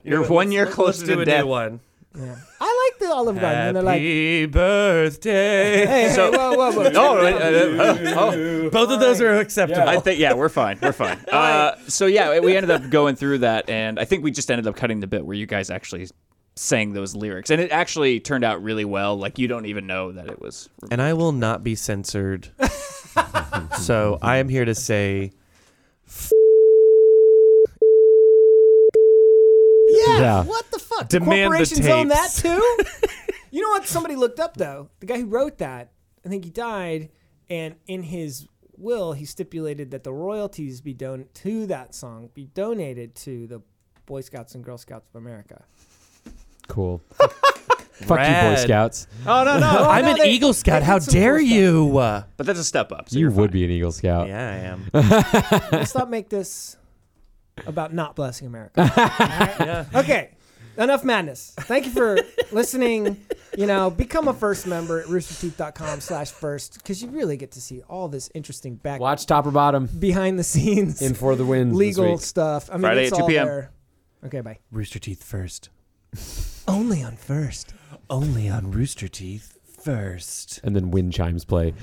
You're one year Let's- closer let's to do a new death. one. I like the Olive Garden. and they're like, Happy birthday. Hey, hey, whoa, whoa, whoa. No, uh, uh, uh, oh. Both of those are acceptable. I think yeah, we're fine. We're fine. Uh, so yeah, we ended up going through that, and I think we just ended up cutting the bit where you guys actually sang those lyrics, and it actually turned out really well. Like you don't even know that it was. And I will not be censored. so I am here to say, Yeah, Yeah. What the fuck? Demand the Corporations own that tapes. too. you know what? Somebody looked up though. The guy who wrote that I think he died, and in his will, he stipulated that the royalties be don to that song be donated to the Boy Scouts and Girl Scouts of America. Cool. Fuck you, Boy Rad. Scouts. Oh, no, no. Oh, I'm no, an they- Eagle Scout. they How did some cool dare stuff. you? Uh, But that's a step up. you would be an Eagle Scout. Yeah, I am. Let's not make this about not blessing America. All right? Okay. Enough madness. Thank you for listening. You know, become a first member at roosterteeth.com slash first because you really get to see all this interesting back Watch top or bottom. behind the scenes In for the win. this legal week. stuff. I mean, Friday it's at 2 all p.m.. there. Okay, bye. Rooster Teeth first. Only on first. Only on Rooster Teeth first. And then wind chimes play.